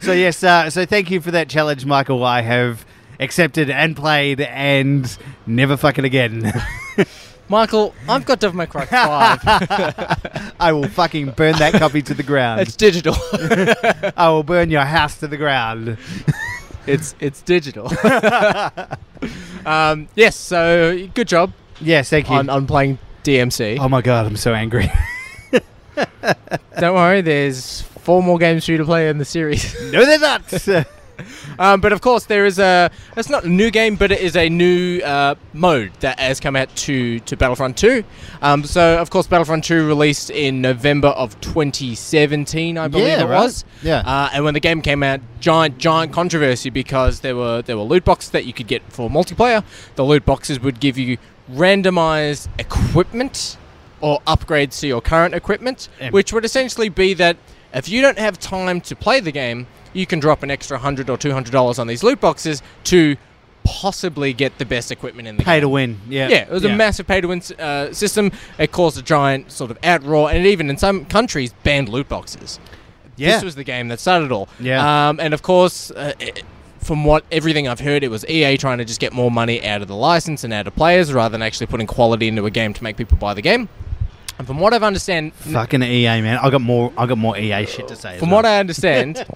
[SPEAKER 3] so yes. Uh, so thank you for that challenge, Michael. I have accepted and played and never fucking again.
[SPEAKER 2] Michael, I've got Devil May Cry Five.
[SPEAKER 3] I will fucking burn that copy to the
[SPEAKER 2] it's
[SPEAKER 3] ground.
[SPEAKER 2] digital.
[SPEAKER 3] I will burn your house to the ground.
[SPEAKER 2] it's it's digital. um, yes. So good job
[SPEAKER 3] Yes, thank you.
[SPEAKER 2] on, on playing DMC.
[SPEAKER 3] oh my god, I'm so angry.
[SPEAKER 2] Don't worry, there's four more games for you to play in the series.
[SPEAKER 3] no, they're not.
[SPEAKER 2] Um, but of course, there is a. It's not a new game, but it is a new uh, mode that has come out to to Battlefront 2. Um, so of course, Battlefront 2 released in November of 2017, I believe
[SPEAKER 3] Yeah,
[SPEAKER 2] it
[SPEAKER 3] right.
[SPEAKER 2] was.
[SPEAKER 3] Yeah.
[SPEAKER 2] Uh, and when the game came out, giant giant controversy because there were there were loot boxes that you could get for multiplayer. The loot boxes would give you randomized equipment or upgrades to your current equipment,
[SPEAKER 3] Yeah.
[SPEAKER 2] which would essentially be that if you don't have time to play the game, you can drop an extra hundred or two hundred dollars on these loot boxes to possibly get the best equipment in the
[SPEAKER 3] Pay
[SPEAKER 2] game.
[SPEAKER 3] to win. Yeah.
[SPEAKER 2] Yeah, it was a massive pay-to-win s- uh, system. It caused a giant sort of outroar, and it even in some countries banned loot boxes.
[SPEAKER 3] Yeah.
[SPEAKER 2] This was the game that started it all.
[SPEAKER 3] Yeah.
[SPEAKER 2] Um, and of course, uh, it, from what everything I've heard, it was EA trying to just get more money out of the license and out of players rather than actually putting quality into a game to make people buy the game. And from what I've understand,
[SPEAKER 3] Fucking EA, man. I got more. I got more EA shit to say. as
[SPEAKER 2] from
[SPEAKER 3] well.
[SPEAKER 2] what I understand,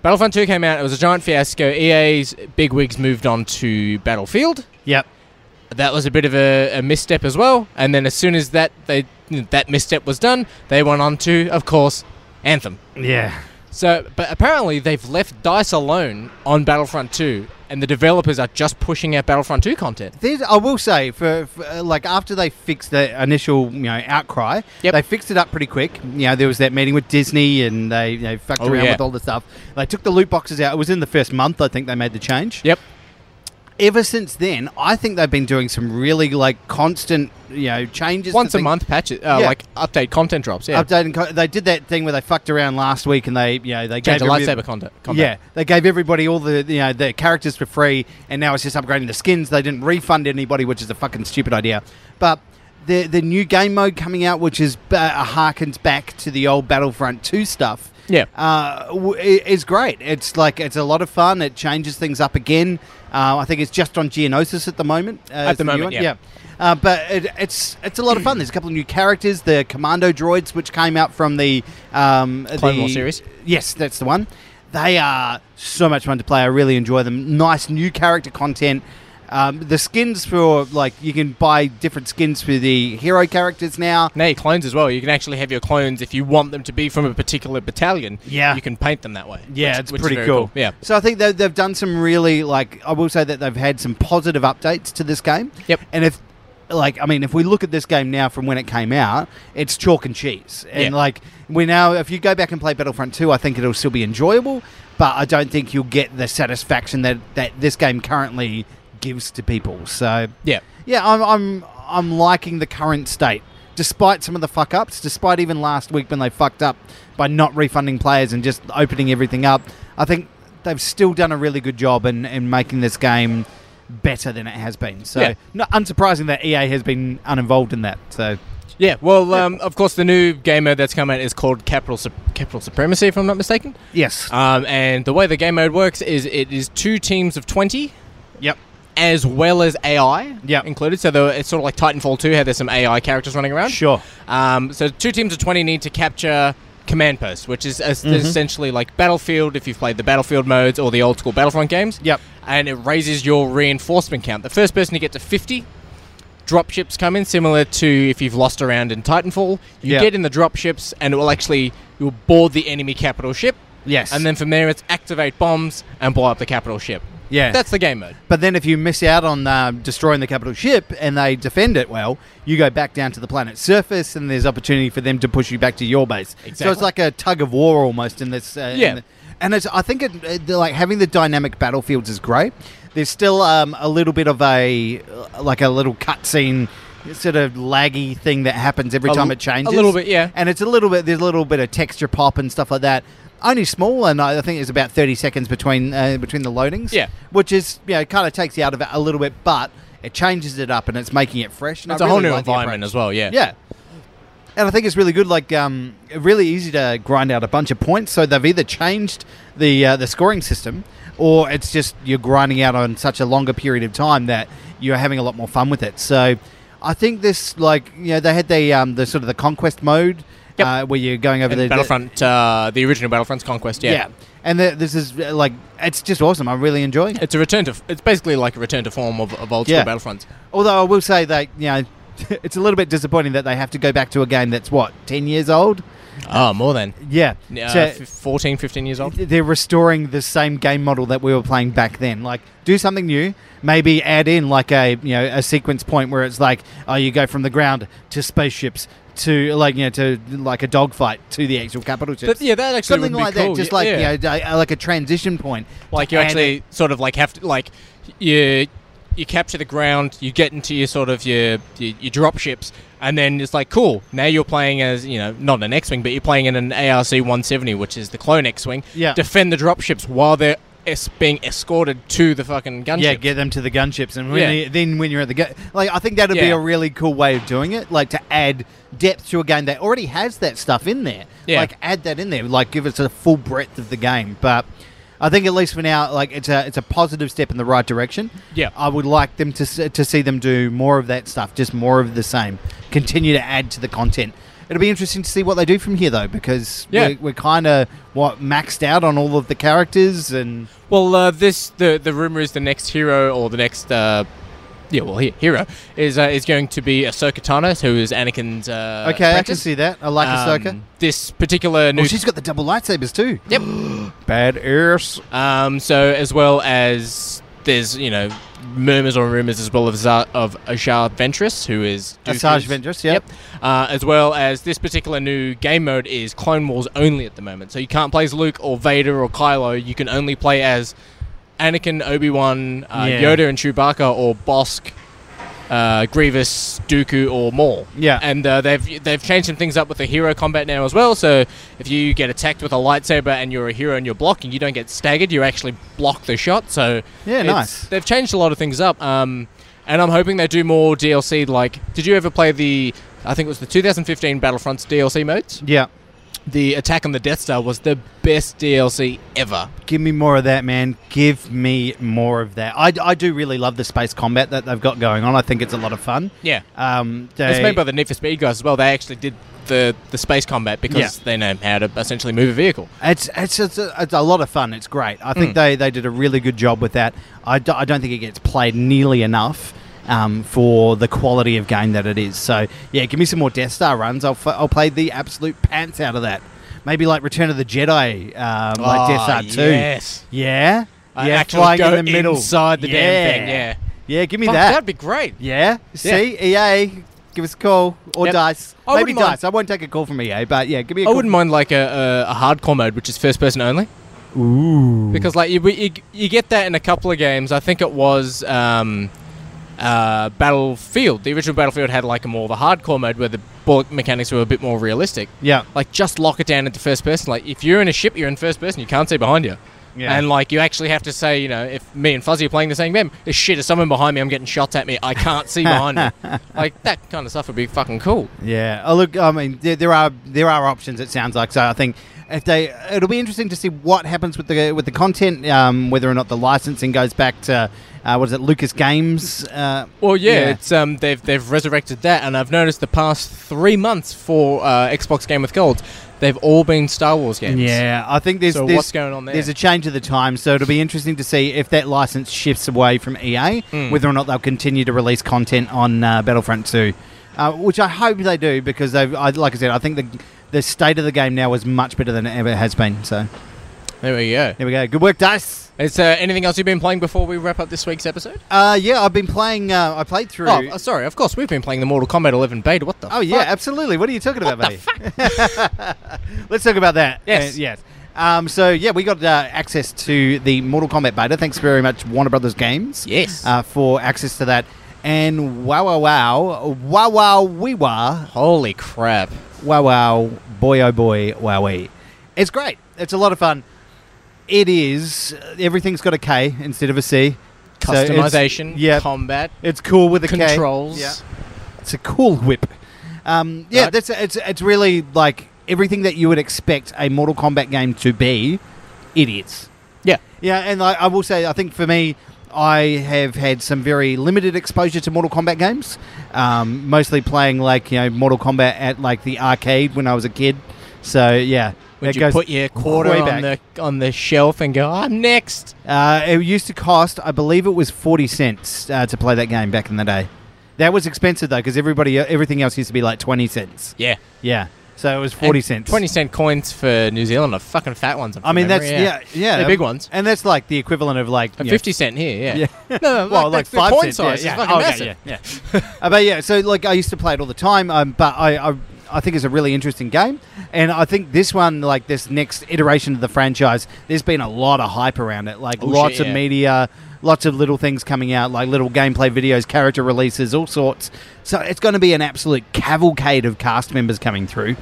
[SPEAKER 2] Battlefront 2 came out. It was a giant fiasco. EA's big wigs moved on to Battlefield.
[SPEAKER 3] Yep.
[SPEAKER 2] that was a bit of a, a misstep as well. And then as soon as that they that misstep was done, they went on to, of course, Anthem.
[SPEAKER 3] Yeah.
[SPEAKER 2] So, but apparently they've left Dice alone on Battlefront 2, and the developers are just pushing out Battlefront 2 content.
[SPEAKER 3] There's, I will say, for, for uh, like after they fixed the initial, you know, outcry,
[SPEAKER 2] Yep.
[SPEAKER 3] they fixed it up pretty quick. You know, there was that meeting with Disney, and they you know, fucked
[SPEAKER 2] Oh,
[SPEAKER 3] around
[SPEAKER 2] yeah.
[SPEAKER 3] with all the stuff. They took the loot boxes out. It was in the first month, I think, they made the change.
[SPEAKER 2] Yep.
[SPEAKER 3] Ever since then, I think they've been doing some really like constant, you know, changes. to
[SPEAKER 2] Once a
[SPEAKER 3] things.
[SPEAKER 2] month patches, uh,
[SPEAKER 3] Yeah.
[SPEAKER 2] like update content drops. Yeah,
[SPEAKER 3] Updating. co- They did that thing where they fucked around last week, and they, you know, they
[SPEAKER 2] change
[SPEAKER 3] gave
[SPEAKER 2] the
[SPEAKER 3] every-
[SPEAKER 2] lightsaber content.
[SPEAKER 3] Yeah, they gave everybody all the you know their characters for free, and now it's just upgrading the skins. They didn't refund anybody, which is a fucking stupid idea. But the the new game mode coming out, which is uh, harkens back to the old Battlefront Two stuff,
[SPEAKER 2] Yeah.
[SPEAKER 3] uh, w- i- is great. It's like it's a lot of fun. It changes things up again. Uh, I think it's just on Geonosis at the moment. Uh, is
[SPEAKER 2] the
[SPEAKER 3] new
[SPEAKER 2] moment,
[SPEAKER 3] one.
[SPEAKER 2] yeah.
[SPEAKER 3] Uh, but it, it's it's a lot of fun. There's a couple of new characters, the commando droids, which came out from the um,
[SPEAKER 2] Clone
[SPEAKER 3] the-
[SPEAKER 2] Wars series.
[SPEAKER 3] Yes, that's the one. They are so much fun to play. I really enjoy them. Nice new character content. Um, the skins for like you can buy different skins for the hero characters now.
[SPEAKER 2] Now your clones as well. You can actually have your clones if you want them to be from a particular battalion.
[SPEAKER 3] Yeah.
[SPEAKER 2] you can paint them that way.
[SPEAKER 3] Yeah,
[SPEAKER 2] which-
[SPEAKER 3] it's
[SPEAKER 2] which is
[SPEAKER 3] pretty
[SPEAKER 2] very
[SPEAKER 3] cool.
[SPEAKER 2] Yeah,
[SPEAKER 3] So I think they they've done some really like I will say that they've had some positive updates to this game.
[SPEAKER 2] Yep.
[SPEAKER 3] And if like I mean, if we look at this game now from when it came out, it's chalk and cheese. And
[SPEAKER 2] Yeah.
[SPEAKER 3] like we now, if you go back and play Battlefront Two, I think it'll still be enjoyable, but I don't think you'll get the satisfaction that that this game currently gives to people. So
[SPEAKER 2] yeah.
[SPEAKER 3] yeah, I'm I'm I'm liking the current state, despite some of the fuck ups, despite even last week when they fucked up by not refunding players and just opening everything up. I think they've still done a really good job in, in making this game better than it has been. So
[SPEAKER 2] Yeah.
[SPEAKER 3] not unsurprising that EA has been uninvolved in that. So
[SPEAKER 2] Yeah, well, um, of course, the new game mode that's come out is called Capital Sup- Capital Supremacy, if I'm not mistaken.
[SPEAKER 3] yes,
[SPEAKER 2] Um, and the way the game mode works is it is two teams of 20,
[SPEAKER 3] yep,
[SPEAKER 2] as well as AI
[SPEAKER 3] Yep.
[SPEAKER 2] included. So there- it's sort of like Titanfall 2, how there's some AI characters running around.
[SPEAKER 3] sure,
[SPEAKER 2] Um, so two teams of 20 need to capture command posts, which is es-
[SPEAKER 3] Mm-hmm.
[SPEAKER 2] essentially like Battlefield, if you've played the Battlefield modes or the old school Battlefront games.
[SPEAKER 3] Yep.
[SPEAKER 2] And it raises your reinforcement count. The first person to get to 50, dropships come in, similar to if you've lost a round in Titanfall. You
[SPEAKER 3] Yeah.
[SPEAKER 2] get in the dropships and it will actually, you'll board the enemy capital ship.
[SPEAKER 3] yes,
[SPEAKER 2] And then from there, it's activate bombs and blow up the capital ship.
[SPEAKER 3] yeah,
[SPEAKER 2] That's the game mode.
[SPEAKER 3] But then, if you miss out on uh, destroying the capital ship and they defend it well, you go back down to the planet's surface, and there's opportunity for them to push you back to your base. So it's
[SPEAKER 2] Exactly.
[SPEAKER 3] like a tug of war almost in this. Uh, in
[SPEAKER 2] Yeah.
[SPEAKER 3] the- and it's, I think it, uh, the- like having the dynamic battlefields is great. There's still um, a little bit of a like a little cutscene sort of laggy thing that happens every
[SPEAKER 2] A
[SPEAKER 3] time
[SPEAKER 2] l-
[SPEAKER 3] it changes.
[SPEAKER 2] a little bit, yeah.
[SPEAKER 3] And it's a little bit there's a little bit of texture pop and stuff like that. Only small, and I I think there's about 30 seconds between uh, between the loadings
[SPEAKER 2] Yeah.
[SPEAKER 3] which is you know kind of takes you out of it a little bit, but it changes it up and it's making it fresh. And
[SPEAKER 2] It's
[SPEAKER 3] I
[SPEAKER 2] a whole
[SPEAKER 3] really
[SPEAKER 2] new
[SPEAKER 3] like the
[SPEAKER 2] environment
[SPEAKER 3] approach.
[SPEAKER 2] as well, yeah.
[SPEAKER 3] Yeah. And I think it's really good, like um, really easy to grind out a bunch of points. So they've either changed the uh, the scoring system, or it's just you're grinding out on such a longer period of time that you're having a lot more fun with it. So I think this, like you know, they had the um, the sort of the conquest mode
[SPEAKER 2] Yep.
[SPEAKER 3] uh, where you're going over
[SPEAKER 2] And
[SPEAKER 3] the the-
[SPEAKER 2] Battlefront, uh, the original Battlefront's Conquest,
[SPEAKER 3] yeah. And the, this is uh, like it's just awesome. I'm really enjoying it.
[SPEAKER 2] It's a return to. It's basically like a return to form of, of old school
[SPEAKER 3] Yeah.
[SPEAKER 2] Battlefronts.
[SPEAKER 3] Although I will say that you know, it's a little bit disappointing that they have to go back to a game that's what ten years old.
[SPEAKER 2] Oh, more than
[SPEAKER 3] Yeah,
[SPEAKER 2] uh,
[SPEAKER 3] so
[SPEAKER 2] f- 14, 15 years old.
[SPEAKER 3] they're restoring the same game model that we were playing back then. Like, do something new. Maybe add in like a you know a sequence point where it's like, oh, you go from the ground to spaceships to like you know to like a dogfight to the actual capital ships.
[SPEAKER 2] But yeah, that actually
[SPEAKER 3] something
[SPEAKER 2] would be
[SPEAKER 3] like
[SPEAKER 2] cool,
[SPEAKER 3] that. Just
[SPEAKER 2] yeah,
[SPEAKER 3] like
[SPEAKER 2] yeah.
[SPEAKER 3] you know, di- uh, like a transition point.
[SPEAKER 2] like
[SPEAKER 3] to
[SPEAKER 2] you
[SPEAKER 3] add
[SPEAKER 2] actually
[SPEAKER 3] in-
[SPEAKER 2] sort of like have to like you you capture the ground, you get into your sort of your your, your drop ships, and then it's like cool. Now you're playing as you know not an X-wing, but you're playing in an ARC 170, which is the clone X-wing.
[SPEAKER 3] Yeah.
[SPEAKER 2] defend the drop ships while they're es- being escorted to the fucking gunship.
[SPEAKER 3] Yeah, get them to the gunships, and when
[SPEAKER 2] Yeah.
[SPEAKER 3] you- then when you're at the gun, like I think that'd be
[SPEAKER 2] Yeah.
[SPEAKER 3] a really cool way of doing it, like to add depth to a game that already has that stuff in there.
[SPEAKER 2] Yeah.
[SPEAKER 3] like add that in there, like give us a full breadth of the game. But I think at least for now, like it's a it's a positive step in the right direction.
[SPEAKER 2] Yeah.
[SPEAKER 3] I would like them to s- to see them do more of that stuff, just more of the same. Continue to add to the content. It'll be interesting to see what they do from here, though, because
[SPEAKER 2] Yeah.
[SPEAKER 3] we're, we're kind of what maxed out on all of the characters and
[SPEAKER 2] Well, uh, this the the rumor is the next hero or the next uh, yeah, well, he- hero is uh, is going to be Ahsoka Tano, who is Anakin's. Uh,
[SPEAKER 3] okay, I can
[SPEAKER 2] apprentice.
[SPEAKER 3] see that. I like
[SPEAKER 2] Um,
[SPEAKER 3] Ahsoka.
[SPEAKER 2] This particular new.
[SPEAKER 3] Well, she's got the double lightsabers too.
[SPEAKER 2] yep.
[SPEAKER 3] Bad ears.
[SPEAKER 2] Um, so as well as there's you know murmurs or rumors as well of Za- of Ashar Ventress, who is
[SPEAKER 3] Asajj
[SPEAKER 2] Dooku's-
[SPEAKER 3] Ventress, yep.
[SPEAKER 2] Uh, as well as this particular new game mode is Clone Wars only at the moment, so you can't play as Luke or Vader or Kylo. You can only play as Anakin, Obi Wan, uh,
[SPEAKER 3] Yeah.
[SPEAKER 2] Yoda, and Chewbacca, or Bosk. Uh, Grievous, Dooku, or Maul.
[SPEAKER 3] Yeah.
[SPEAKER 2] and uh, they've they've changed some things up with the hero combat now as well. So if you get attacked with a lightsaber and you're a hero and you're blocking, you don't get staggered. You actually block the shot. So
[SPEAKER 3] Yeah,
[SPEAKER 2] it's-
[SPEAKER 3] nice.
[SPEAKER 2] They've changed a lot of things up. Um, and I'm hoping they do more DLC. Like, did you ever play the? I think it was the 2015 Battlefronts DLC modes.
[SPEAKER 3] Yeah.
[SPEAKER 2] The attack on the Death Star was the best DLC ever.
[SPEAKER 3] Give me more of that, man. Give me more of that. I, I do really love the space combat that they've got going on. I think it's a lot of fun.
[SPEAKER 2] Yeah.
[SPEAKER 3] Um,
[SPEAKER 2] It's
[SPEAKER 3] they-
[SPEAKER 2] made by the Need for Speed guys as well. They actually did the, the space combat because
[SPEAKER 3] Yeah.
[SPEAKER 2] they know how to essentially move a vehicle.
[SPEAKER 3] It's it's it's a, it's a lot of fun. It's great. I
[SPEAKER 2] Mm.
[SPEAKER 3] think they, they did a really good job with that. I, do, I don't think it gets played nearly enough um, for the quality of game that it is. So yeah, give me some more Death Star runs. I'll f- I'll play the absolute pants out of that. Maybe like Return of the Jedi, um, like Death
[SPEAKER 2] Ah,
[SPEAKER 3] Star Two.
[SPEAKER 2] yes.
[SPEAKER 3] Yeah.
[SPEAKER 2] I
[SPEAKER 3] yeah,
[SPEAKER 2] actually
[SPEAKER 3] flying
[SPEAKER 2] go
[SPEAKER 3] in the middle
[SPEAKER 2] inside the damn thing, yeah.
[SPEAKER 3] Yeah, give me
[SPEAKER 2] Fuck,
[SPEAKER 3] that.
[SPEAKER 2] would be great.
[SPEAKER 3] Yeah. See, EA, give us a call or
[SPEAKER 2] Yep.
[SPEAKER 3] dice.
[SPEAKER 2] I
[SPEAKER 3] Maybe
[SPEAKER 2] wouldn't mind-
[SPEAKER 3] dice. I won't take a call from EA, but yeah, give me. a
[SPEAKER 2] I
[SPEAKER 3] call.
[SPEAKER 2] wouldn't mind like a, a, a hardcore mode, which is first person only,
[SPEAKER 3] Ooh.
[SPEAKER 2] because like you, you, you get that in a couple of games. I think it was um, uh, Battlefield. The original Battlefield had like a more of a hardcore mode where the bullet mechanics were a bit more realistic.
[SPEAKER 3] Yeah.
[SPEAKER 2] Like just lock it down into first person. Like if you're in a ship, you're in first person. You can't see behind you.
[SPEAKER 3] Yeah.
[SPEAKER 2] And like you actually have to say, you know, if me and Fuzzy are playing the same game, if shit, if someone behind me, I'm getting shots at me. I can't see behind me. Like that kind of stuff would be fucking cool.
[SPEAKER 3] Yeah. Oh, look, I mean, there, there are there are options. It sounds like so. I think if they, it'll be interesting to see what happens with the with the content, um, whether or not the licensing goes back to uh, what is it, Lucas Games? Uh,
[SPEAKER 2] Well, yeah,
[SPEAKER 3] Yeah.
[SPEAKER 2] it's um, they've they've resurrected that, and I've noticed the past three months for uh, Xbox Game with Gold, they've all been Star Wars games.
[SPEAKER 3] Yeah, I think there's
[SPEAKER 2] So
[SPEAKER 3] there's-
[SPEAKER 2] what's going on there?
[SPEAKER 3] There's a change of the time, so it'll be interesting to see if that license shifts away from EA,
[SPEAKER 2] Hmm.
[SPEAKER 3] whether or not they'll continue to release content on uh, Battlefront 2, uh, which I hope they do because they've, I, like I said, I think the the state of the game now is much better than it ever has been. So
[SPEAKER 2] There we go.
[SPEAKER 3] there we go. Good work, Dice.
[SPEAKER 2] Is uh, anything else you've been playing before we wrap up this week's episode?
[SPEAKER 3] Uh, yeah, I've been playing. Uh, I played through.
[SPEAKER 2] Oh, uh, sorry. Of course, we've been playing the Mortal Kombat 11 beta. What the?
[SPEAKER 3] Oh yeah, absolutely. What are you talking about, buddy? Let's talk about that.
[SPEAKER 2] Yes.
[SPEAKER 3] Uh, yes. Um, so yeah, we got uh, access to the Mortal Kombat beta. Thanks very much, Warner Brothers Games.
[SPEAKER 2] Yes.
[SPEAKER 3] Uh, for access to that, and wow, wow, wow, wow, wow, wee, wow,
[SPEAKER 2] Holy crap!
[SPEAKER 3] wow, wow, boy, oh boy, wowee. It's great. It's a lot of fun. It is. uh, Everything's got a K instead of a C. So it's-
[SPEAKER 2] Customization,
[SPEAKER 3] yeah,
[SPEAKER 2] combat,
[SPEAKER 3] it's cool with a K.
[SPEAKER 2] controls.
[SPEAKER 3] Yeah. It's a cool whip. Um, yeah,
[SPEAKER 2] Right.
[SPEAKER 3] that's it's it's really like everything that you would expect a Mortal Kombat game to be. It is.
[SPEAKER 2] Yeah.
[SPEAKER 3] Yeah, and I, I will say, I think for me, I have had some very limited exposure to Mortal Kombat games. Um, mostly playing like you know Mortal Kombat at like the arcade when I was a kid. So yeah,
[SPEAKER 2] Would
[SPEAKER 3] that
[SPEAKER 2] you
[SPEAKER 3] goes
[SPEAKER 2] put your quarter
[SPEAKER 3] way
[SPEAKER 2] on the
[SPEAKER 3] back.
[SPEAKER 2] on the shelf and go, "I'm next"?
[SPEAKER 3] Uh, it used to cost, I believe it was 40 cents uh, to play that game back in the day. That was expensive though, because everybody, everything else used to be like 20 cents.
[SPEAKER 2] Yeah.
[SPEAKER 3] Yeah. So it was 40
[SPEAKER 2] And
[SPEAKER 3] cents.
[SPEAKER 2] Twenty cent coins for New Zealand are fucking fat ones.
[SPEAKER 3] I mean, that's, yeah, yeah.
[SPEAKER 2] They're big ones.
[SPEAKER 3] And that's like the equivalent of like
[SPEAKER 2] A
[SPEAKER 3] you know,
[SPEAKER 2] 50 cent here, yeah.
[SPEAKER 3] Yeah.
[SPEAKER 2] No, no,
[SPEAKER 3] well,
[SPEAKER 2] like,
[SPEAKER 3] like
[SPEAKER 2] the- the
[SPEAKER 3] five
[SPEAKER 2] coin
[SPEAKER 3] cents,
[SPEAKER 2] size
[SPEAKER 3] yeah,
[SPEAKER 2] is
[SPEAKER 3] yeah.
[SPEAKER 2] fucking
[SPEAKER 3] Oh, okay,
[SPEAKER 2] massive.
[SPEAKER 3] yeah, yeah. Uh, but yeah, so like I used to play it all the time, um, but I, I I think it's a really interesting game, and I think this one, like this next iteration of the franchise, there's been a lot of hype around it, like
[SPEAKER 2] Oh,
[SPEAKER 3] lots
[SPEAKER 2] shit,
[SPEAKER 3] of
[SPEAKER 2] yeah.
[SPEAKER 3] media. Lots of little things coming out, like little gameplay videos, character releases, all sorts. So it's going to be an absolute cavalcade of cast members coming through.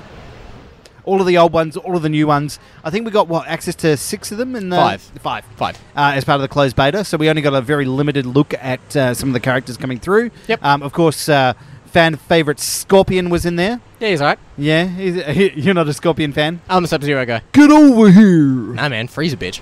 [SPEAKER 3] All of the old ones, all of the new ones. I think we got what access to six of them in the
[SPEAKER 2] Five.
[SPEAKER 3] five,
[SPEAKER 2] Um, Five.
[SPEAKER 3] uh, as part of the closed beta. So we only got a very limited look at uh, some of the characters coming through.
[SPEAKER 2] Yep.
[SPEAKER 3] Um, of course, uh, fan favorite Scorpion was in there.
[SPEAKER 2] Yeah, he's alright.
[SPEAKER 3] Yeah, he's, you're not a Scorpion fan.
[SPEAKER 2] I'm a Sub Zero guy.
[SPEAKER 3] Get over here.
[SPEAKER 2] Nah, man, freeze a bitch.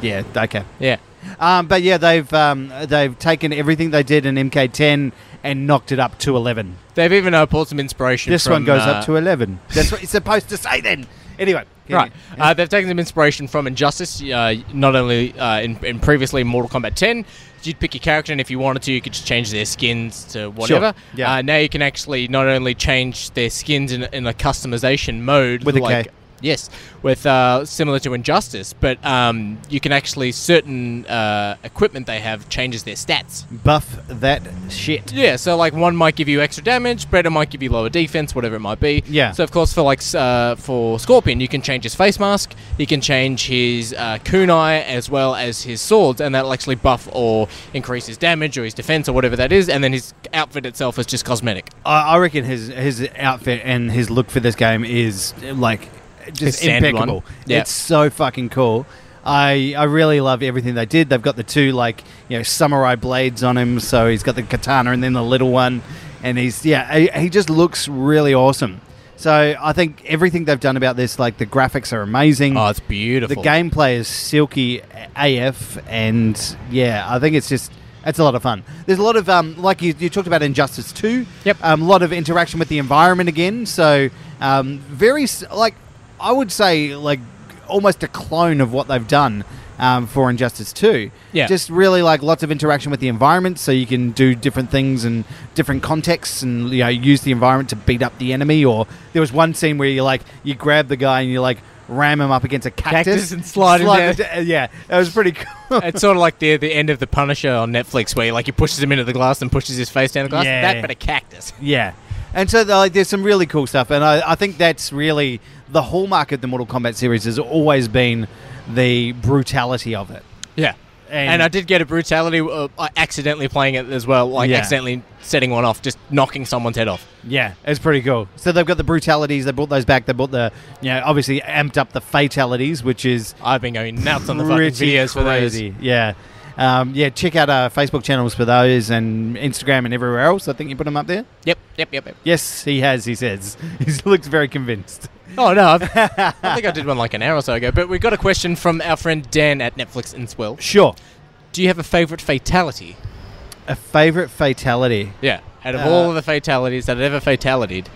[SPEAKER 3] Yeah. Okay.
[SPEAKER 2] Yeah.
[SPEAKER 3] Um, but yeah, they've um, they've taken everything they did in MK10 and knocked it up to 11.
[SPEAKER 2] They've even uh, pulled some inspiration
[SPEAKER 3] This
[SPEAKER 2] from,
[SPEAKER 3] one goes
[SPEAKER 2] uh,
[SPEAKER 3] up to 11. That's what it's supposed to say then. Anyway.
[SPEAKER 2] Right. Uh, they've taken some inspiration from Injustice, uh, not only uh, in, in previously Mortal Kombat 10. You'd pick your character, and if you wanted to, you could just change their skins to whatever.
[SPEAKER 3] Yeah.
[SPEAKER 2] Uh, now you can actually not only change their skins in, in a customization mode
[SPEAKER 3] With a K.
[SPEAKER 2] like, Yes, with uh, similar to Injustice, but um, you can actually certain uh, equipment they have changes their stats.
[SPEAKER 3] Buff that shit.
[SPEAKER 2] Yeah, so like one might give you extra damage, Predator might give you lower defense, whatever it might be.
[SPEAKER 3] Yeah.
[SPEAKER 2] So of course, for like s- uh, for Scorpion, you can change his face mask, you can change his uh, kunai as well as his swords, and that'll actually buff or increase his damage or his defense or whatever that is, and then his outfit itself is just cosmetic.
[SPEAKER 3] I, I reckon his his outfit and his look for this game is like
[SPEAKER 2] His
[SPEAKER 3] just
[SPEAKER 2] standard one.
[SPEAKER 3] impeccable.
[SPEAKER 2] Yeah.
[SPEAKER 3] It's so fucking cool. I I really love everything they did. They've got the two like you know samurai blades on him, so he's got the katana and then the little one, and he's yeah he, he just looks really awesome. So I think everything they've done about this, like the graphics are amazing.
[SPEAKER 2] Oh, it's beautiful.
[SPEAKER 3] The gameplay is silky AF, and yeah, I think it's just It's a lot of fun. There's a lot of um, like you, you talked about Injustice Two. Um,
[SPEAKER 2] Yep.
[SPEAKER 3] A lot of interaction with the environment again. So um, very s- like I would say like almost a clone of what they've done um, for Injustice Two.
[SPEAKER 2] Yeah.
[SPEAKER 3] Just really like lots of interaction with the environment, so you can do different things and different contexts, and you know use the environment to beat up the enemy. Or there was one scene where you like you grab the guy and you like ram him up against a cactus,
[SPEAKER 2] Cactus and slide him down.
[SPEAKER 3] d- yeah, that was pretty cool.
[SPEAKER 2] it's sort of like the the end of the Punisher on Netflix, where he, like he pushes him into the glass and pushes his face down the glass.
[SPEAKER 3] Yeah.
[SPEAKER 2] That but a cactus.
[SPEAKER 3] Yeah. And so the- like, there's some really cool stuff, and I, I think that's really the hallmark of the Mortal Kombat series has always been the brutality of it.
[SPEAKER 2] Yeah.
[SPEAKER 3] And-
[SPEAKER 2] And, I did get a brutality uh, uh, accidentally playing it as well, like
[SPEAKER 3] Yeah.
[SPEAKER 2] accidentally setting one off, just knocking someone's head off.
[SPEAKER 3] Yeah, it's pretty cool. So they've got the brutalities. They brought those back. They brought the, you know, obviously amped up the fatalities, which is
[SPEAKER 2] I've been going nuts on the fucking
[SPEAKER 3] pretty
[SPEAKER 2] videos for those.
[SPEAKER 3] crazy. Yeah, um, yeah. Check out our Facebook channels for those, and Instagram and everywhere else. I think you put them up there.
[SPEAKER 2] Yep, yep, yep, yep.
[SPEAKER 3] Yes, he has. He says he looks very convinced.
[SPEAKER 2] Oh no, I've, I think I did one like an hour or so ago. But we got a question from our friend Dan at Netflix and Swell.
[SPEAKER 3] Sure.
[SPEAKER 2] Do you have a favorite fatality?
[SPEAKER 3] A favorite fatality.
[SPEAKER 2] Yeah. Out of
[SPEAKER 3] Uh,
[SPEAKER 2] all of the fatalities that I've ever fatalityed,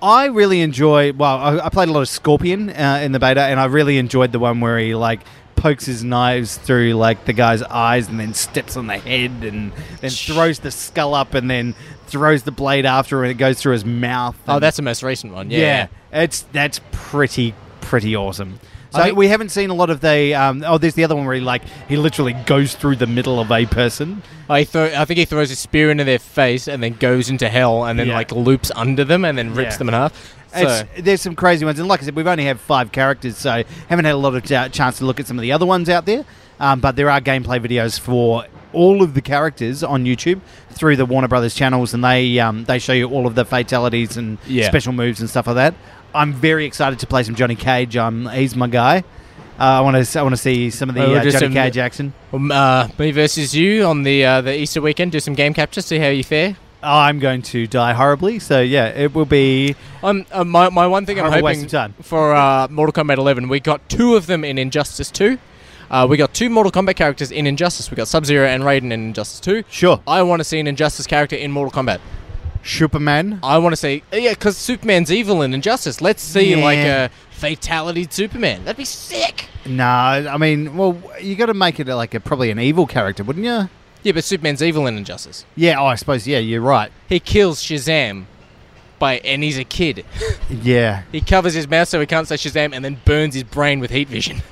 [SPEAKER 3] I really enjoy. Well, I, I played a lot of Scorpion uh, in the beta, and I really enjoyed the one where he like pokes his knives through like the guy's eyes, and then steps on the head, and then throws the skull up, and then throws the blade after, and it goes through his mouth.
[SPEAKER 2] oh,
[SPEAKER 3] and-
[SPEAKER 2] that's the most recent one. Yeah.
[SPEAKER 3] yeah, it's that's pretty pretty awesome.
[SPEAKER 2] I
[SPEAKER 3] So
[SPEAKER 2] think-
[SPEAKER 3] we haven't seen a lot of the. Um, oh, there's the other one where he like he literally goes through the middle of a person.
[SPEAKER 2] I, throw, I think Oh, he throws his spear into their face and then goes into hell and then
[SPEAKER 3] Yeah.
[SPEAKER 2] like loops under them and then rips
[SPEAKER 3] Yeah.
[SPEAKER 2] them in half. So,
[SPEAKER 3] It's, there's some crazy ones, and like I said, we've only had five characters, so haven't had a lot of ch- chance to look at some of the other ones out there. Um, but there are gameplay videos for all of the characters on YouTube through the Warner Brothers channels, and they um, they show you all of the fatalities and
[SPEAKER 2] Yeah.
[SPEAKER 3] special moves and stuff like that. I'm very excited to play some Johnny Cage. Um, he's my guy. Uh, I want to I want to see some of the
[SPEAKER 2] Well, we're
[SPEAKER 3] uh,
[SPEAKER 2] just
[SPEAKER 3] Johnny
[SPEAKER 2] in-
[SPEAKER 3] Cage action.
[SPEAKER 2] um, uh, me versus you on the uh, the Easter weekend. Do some game capture, see how you fare.
[SPEAKER 3] I'm going to die horribly, so yeah, it will be.
[SPEAKER 2] Um, uh, my, my one thing I'm
[SPEAKER 3] Horrible
[SPEAKER 2] hoping
[SPEAKER 3] waste of time.
[SPEAKER 2] for uh, Mortal Kombat 11, we got two of them in Injustice 2. Uh, we got two Mortal Kombat characters in Injustice. We got Sub Zero and Raiden in Injustice 2.
[SPEAKER 3] Sure.
[SPEAKER 2] I want to see an Injustice character in Mortal Kombat.
[SPEAKER 3] Superman.
[SPEAKER 2] I want to see, uh, yeah, because Superman's evil in Injustice. Let's see
[SPEAKER 3] Yeah.
[SPEAKER 2] like a fatality Superman. That'd be sick.
[SPEAKER 3] No, I mean, well, you got to make it like a probably an evil character, wouldn't you?
[SPEAKER 2] Yeah, but Superman's evil in Injustice.
[SPEAKER 3] Yeah, oh, I suppose. Yeah, you're right.
[SPEAKER 2] He kills Shazam by, and he's a kid.
[SPEAKER 3] Yeah,
[SPEAKER 2] He covers his mouth so he can't say Shazam, and then burns his brain with heat vision.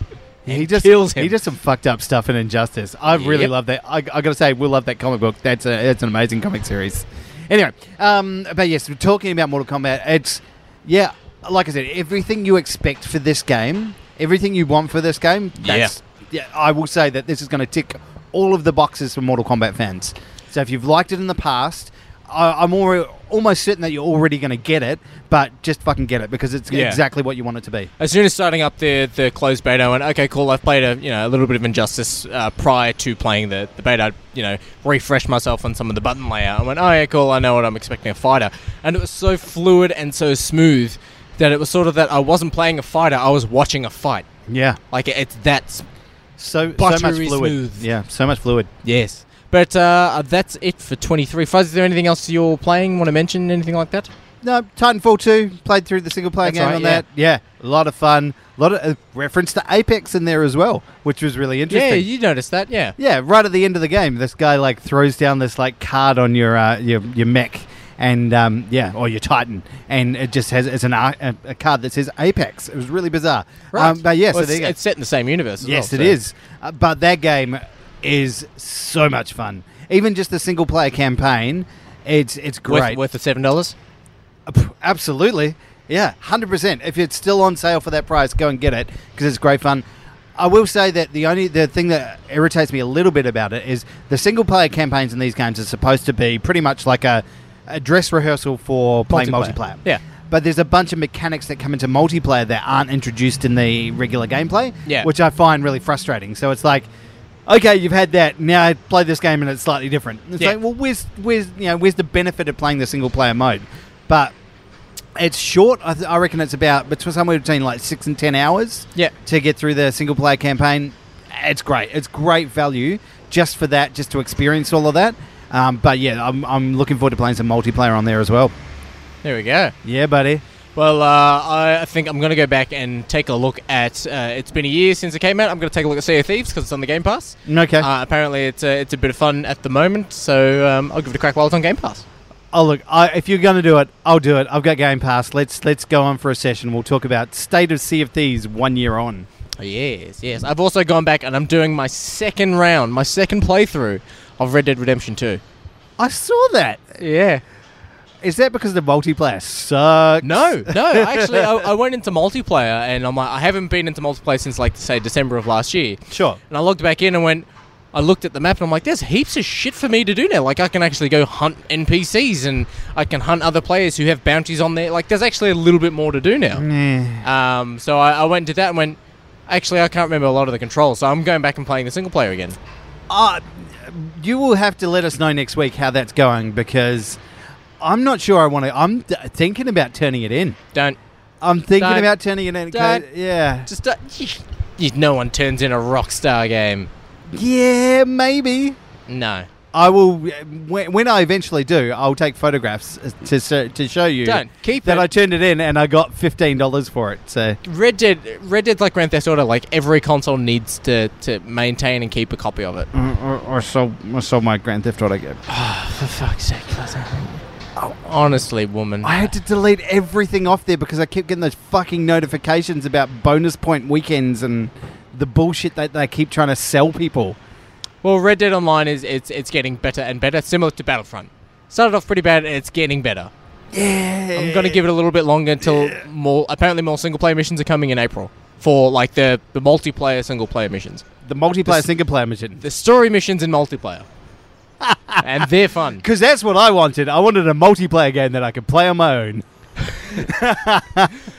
[SPEAKER 3] he just
[SPEAKER 2] kills him.
[SPEAKER 3] He does some fucked up stuff in Injustice. I really
[SPEAKER 2] Yep.
[SPEAKER 3] love that. I, I gotta say, we love that comic book. That's a that's an amazing comic series. Anyway, um, but yes, we're talking about Mortal Kombat. It's yeah, like I said, everything you expect for this game, everything you want for this game. That's, yeah, I will say that this is going to tick all of the boxes for Mortal Kombat fans. So if you've liked it in the past. I- I'm alre almost certain that you're already going to get it, but just fucking get it because it's
[SPEAKER 2] Yeah.
[SPEAKER 3] exactly what you want it to be.
[SPEAKER 2] As soon as starting up the the closed beta, I went, okay, cool. I've played a you know a little bit of Injustice uh, prior to playing the, the beta. I, you know, refreshed myself on some of the button layout. I went, oh yeah, cool. I know what I'm expecting a fighter, and it was so fluid and so smooth that it was sort of that I wasn't playing a fighter. I was watching a fight.
[SPEAKER 3] Yeah.
[SPEAKER 2] Like it's that. s-
[SPEAKER 3] So so much
[SPEAKER 2] Buttery
[SPEAKER 3] fluid.
[SPEAKER 2] smooth.
[SPEAKER 3] Yeah, so much fluid.
[SPEAKER 2] Yes. But uh, that's it for 23. Fuzz, is there anything else you're playing? Want to mention anything like that?
[SPEAKER 3] No, Titanfall two played through the single player
[SPEAKER 2] That's
[SPEAKER 3] game
[SPEAKER 2] right,
[SPEAKER 3] on
[SPEAKER 2] yeah.
[SPEAKER 3] that. Yeah, a lot of fun. A lot of uh, reference to Apex in there as well, which was really interesting.
[SPEAKER 2] Yeah, you noticed that. Yeah.
[SPEAKER 3] Yeah, right at the end of the game, this guy like throws down this like card on your uh, your your mech, and um, yeah, or your Titan, and it just has it's an ar- a, a card that says Apex. It was really bizarre. Um, but yeah,
[SPEAKER 2] Well,
[SPEAKER 3] so there
[SPEAKER 2] it's,
[SPEAKER 3] you go.
[SPEAKER 2] it's set in the same universe. as
[SPEAKER 3] Yes,
[SPEAKER 2] well,
[SPEAKER 3] it
[SPEAKER 2] so-
[SPEAKER 3] is. Uh, but that game is so much fun. Even just the single player campaign, it's it's
[SPEAKER 2] Worth-
[SPEAKER 3] great.
[SPEAKER 2] worth the seven dollars.
[SPEAKER 3] P- Absolutely. Yeah, 100%. If it's still on sale for that price, go and get it because it's great fun. I will say that the only the thing that irritates me a little bit about it is the single player campaigns in these games are supposed to be pretty much like a, a dress rehearsal for playing
[SPEAKER 2] Multiplayer.
[SPEAKER 3] multiplayer.
[SPEAKER 2] Yeah.
[SPEAKER 3] But there's a bunch of mechanics that come into multiplayer that aren't introduced in the regular gameplay,
[SPEAKER 2] Yeah.
[SPEAKER 3] which I find really frustrating. So it's like, okay, you've had that. Now play this game and it's slightly different. It's
[SPEAKER 2] Yeah.
[SPEAKER 3] like, well, where's where's you know where's the benefit of playing the single player mode? But it's short. I, th- I reckon it's about between somewhere between like six and ten hours.
[SPEAKER 2] Yeah.
[SPEAKER 3] To get through the single player campaign, it's great. It's great value just for that, just to experience all of that. Um, but yeah, I'm, I'm looking forward to playing some multiplayer on there as well.
[SPEAKER 2] There we go.
[SPEAKER 3] Yeah, buddy.
[SPEAKER 2] Well, uh, I I think I'm going to go back and take a look at. Uh, it's been a year since it came out. I'm going to take a look at Sea of Thieves because it's on the Game Pass.
[SPEAKER 3] Okay.
[SPEAKER 2] Uh, apparently, it's a, it's a bit of fun at the moment, so um, I'll give it a crack while it's on Game Pass.
[SPEAKER 3] Oh look, I, if you're going to do it, I'll do it. I've got Game Pass. Let's let's go on for a session. We'll talk about State of Sea of Thieves one year on.
[SPEAKER 2] Oh, Yes, yes. I've also gone back and I'm doing my second round, my second playthrough of Red Dead Redemption 2.
[SPEAKER 3] I saw that.
[SPEAKER 2] Yeah.
[SPEAKER 3] Is that because the multiplayer sucks?
[SPEAKER 2] No, no. Actually, I, I went into multiplayer and I'm like, I haven't been into multiplayer since like say December of last year.
[SPEAKER 3] Sure.
[SPEAKER 2] And I logged back in and went. I looked at the map and I'm like, there's heaps of shit for me to do now. Like I can actually go hunt NPCs and I can hunt other players who have bounties on there. Like there's actually a little bit more to do now.
[SPEAKER 3] Nah.
[SPEAKER 2] Um, so I, I went and did that and went. Actually, I can't remember a lot of the controls, so I'm going back and playing the single player again.
[SPEAKER 3] Uh, you will have to let us know next week how that's going because I'm not sure I want to. I'm d- thinking about turning it in.
[SPEAKER 2] Don't
[SPEAKER 3] I'm thinking
[SPEAKER 2] Don't.
[SPEAKER 3] about turning it in. 'cause-
[SPEAKER 2] Don't.
[SPEAKER 3] Yeah.
[SPEAKER 2] just don't- you, no one turns in a Rockstar game.
[SPEAKER 3] Yeah, maybe.
[SPEAKER 2] No,
[SPEAKER 3] I will. When, when I eventually do, I'll take photographs uh, to so- to show you
[SPEAKER 2] don't keep
[SPEAKER 3] that
[SPEAKER 2] it.
[SPEAKER 3] I turned it in and I got fifteen dollars for it. So
[SPEAKER 2] Red Dead, Red Dead's like Grand Theft Auto. Like every console needs to, to maintain and keep a copy of it.
[SPEAKER 3] or, or so I sold my Grand Theft Auto game.
[SPEAKER 2] For fuck's sake, Oh, honestly, woman.
[SPEAKER 3] I had to delete everything off there because I kept getting those fucking notifications about bonus point weekends and the bullshit that they keep trying to sell people.
[SPEAKER 2] well, Red Dead Online is it's it's getting better and better, similar to Battlefront. Started off pretty bad, and it's getting better.
[SPEAKER 3] Yeah.
[SPEAKER 2] I'm gonna give it a little bit longer until more. Apparently, more single player missions are coming in April for like the the multiplayer single player missions,
[SPEAKER 3] the multiplayer single player mission.
[SPEAKER 2] the story missions in multiplayer, and they're fun.
[SPEAKER 3] Because that's what I wanted. I wanted a multiplayer game that I could play on my own.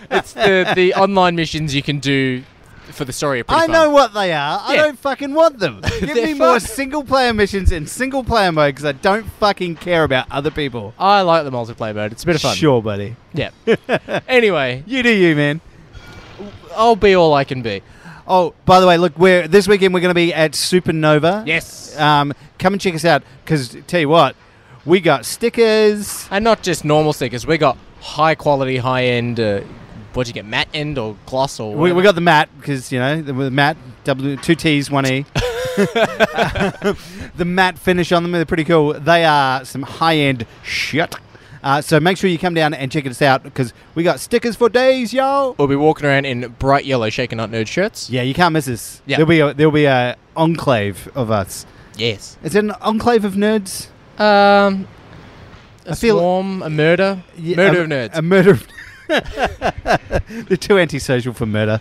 [SPEAKER 2] It's the the online missions you can do for the story. Are pretty
[SPEAKER 3] I
[SPEAKER 2] fun.
[SPEAKER 3] know what they are. I
[SPEAKER 2] Yeah.
[SPEAKER 3] don't fucking want them. Give
[SPEAKER 2] They're
[SPEAKER 3] me more
[SPEAKER 2] fun.
[SPEAKER 3] single player missions in single player mode because I don't fucking care about other people.
[SPEAKER 2] I like the multiplayer mode. It's a bit of fun.
[SPEAKER 3] Sure, buddy.
[SPEAKER 2] Yeah. anyway,
[SPEAKER 3] You do you, man.
[SPEAKER 2] I'll be all I can be.
[SPEAKER 3] Oh, by the way, look, we're this weekend we're going to be at Supernova.
[SPEAKER 2] Yes.
[SPEAKER 3] Um, come and check us out because tell you what, we got stickers.
[SPEAKER 2] and not just normal stickers. We got high quality, high end. Uh, what'd you get? Matte end or gloss or
[SPEAKER 3] We, we
[SPEAKER 2] whatever?
[SPEAKER 3] got the mat because you know the, the mat W two T's one E. the matte finish on them they're pretty cool. They are some high end shit. Uh, so make sure you come down and check us out because we got stickers for days, y'all.
[SPEAKER 2] We'll be walking around in bright yellow shaken not nerd shirts.
[SPEAKER 3] Yeah, you can't miss us.
[SPEAKER 2] Yeah.
[SPEAKER 3] There'll be a, there'll be a enclave of us.
[SPEAKER 2] Yes.
[SPEAKER 3] Is it an enclave of nerds?
[SPEAKER 2] Um. A
[SPEAKER 3] I feel- um,
[SPEAKER 2] swarm, a murder,
[SPEAKER 3] Yeah,
[SPEAKER 2] murder
[SPEAKER 3] a-
[SPEAKER 2] of nerds.
[SPEAKER 3] A murder of They're too antisocial for murder.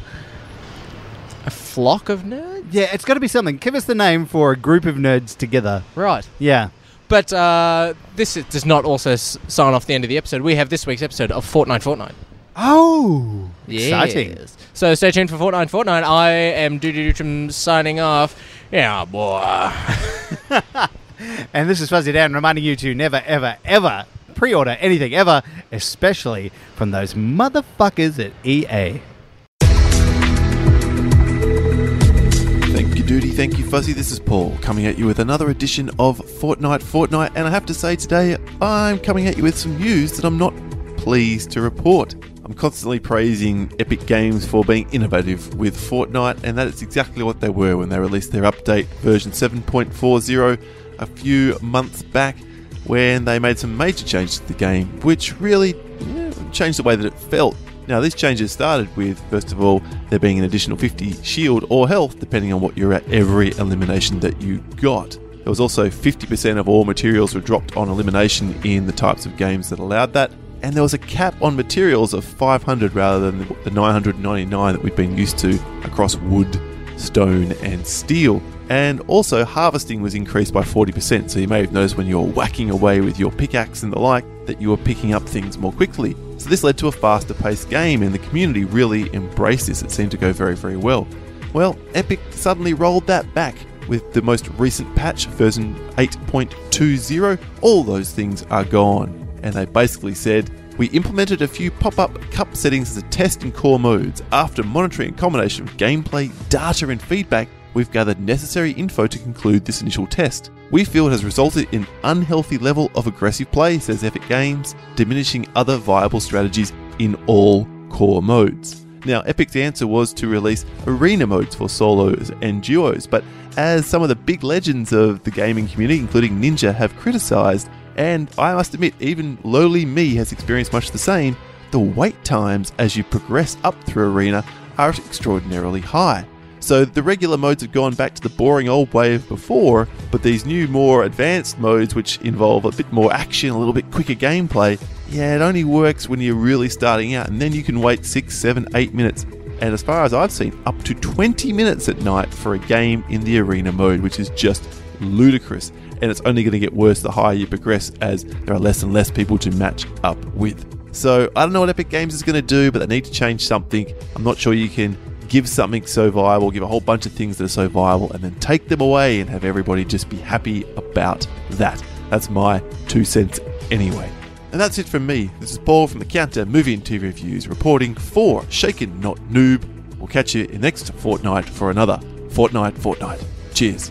[SPEAKER 2] a flock of nerds.
[SPEAKER 3] Yeah, it's got to be something. Give us the name for a group of nerds together.
[SPEAKER 2] Right.
[SPEAKER 3] Yeah.
[SPEAKER 2] But uh, this is- does not also s- sign off the end of the episode. We have this week's episode of Fortnite Fortnite.
[SPEAKER 3] Oh, exciting.
[SPEAKER 2] Yes. So stay tuned for Fortnite Fortnite. I am Doody Dootrim signing off. Yeah, boy.
[SPEAKER 3] And this is Fuzzy Dan reminding you to never, ever, ever pre-order anything ever, especially from those motherfuckers at E EA.
[SPEAKER 4] Thank you, Duty. Thank you, Fuzzy. This is Paul coming at you with another edition of Fortnite Fortnite. And I have to say, today I'm coming at you with some news that I'm not pleased to report. I'm constantly praising Epic Games for being innovative with Fortnite, and that is exactly what they were when they released their update version 7.40 a few months back, when they made some major changes to the game, which really eh, changed the way that it felt. Now, these changes started with, first of all, there being an additional 50 shield or health, depending on what you're at every elimination that you got. There was also 50% of all materials were dropped on elimination in the types of games that allowed that. And there was a cap on materials of 500 rather than the 999 that we'd been used to across wood, stone, and steel. And also, harvesting was increased by 40%. So you may have noticed when you were whacking away with your pickaxe and the like that you were picking up things more quickly. So this led to a faster paced game, and the community really embraced this. It seemed to go very, very well. Well, Epic suddenly rolled that back with the most recent patch, version 8.20. All those things are gone. And they basically said, we implemented a few pop up cup settings as a test in core modes. After monitoring a combination of gameplay, data, and feedback, we've gathered necessary info to conclude this initial test. We feel it has resulted in unhealthy level of aggressive play, says Epic Games, diminishing other viable strategies in all core modes. Now, Epic's answer was to release arena modes for solos and duos, but as some of the big legends of the gaming community, including Ninja, have criticised, and I must admit, even lowly me has experienced much the same, the wait times as you progress up through Arena are extraordinarily high. So the regular modes have gone back to the boring old way of before, but these new, more advanced modes, which involve a bit more action, a little bit quicker gameplay, yeah, it only works when you're really starting out, and then you can wait six, seven, eight minutes, and as far as I've seen, up to 20 minutes at night for a game in the arena mode, which is just ludicrous. And it's only going to get worse the higher you progress, as there are less and less people to match up with. So I don't know what Epic Games is going to do, but they need to change something. I'm not sure you can give something so viable, give a whole bunch of things that are so viable, and then take them away and have everybody just be happy about that. That's my two cents anyway. And that's it from me. This is Paul from the Counter Movie and TV Reviews reporting for Shaken Not Noob. We'll catch you in next fortnight for another Fortnite Fortnight. Cheers.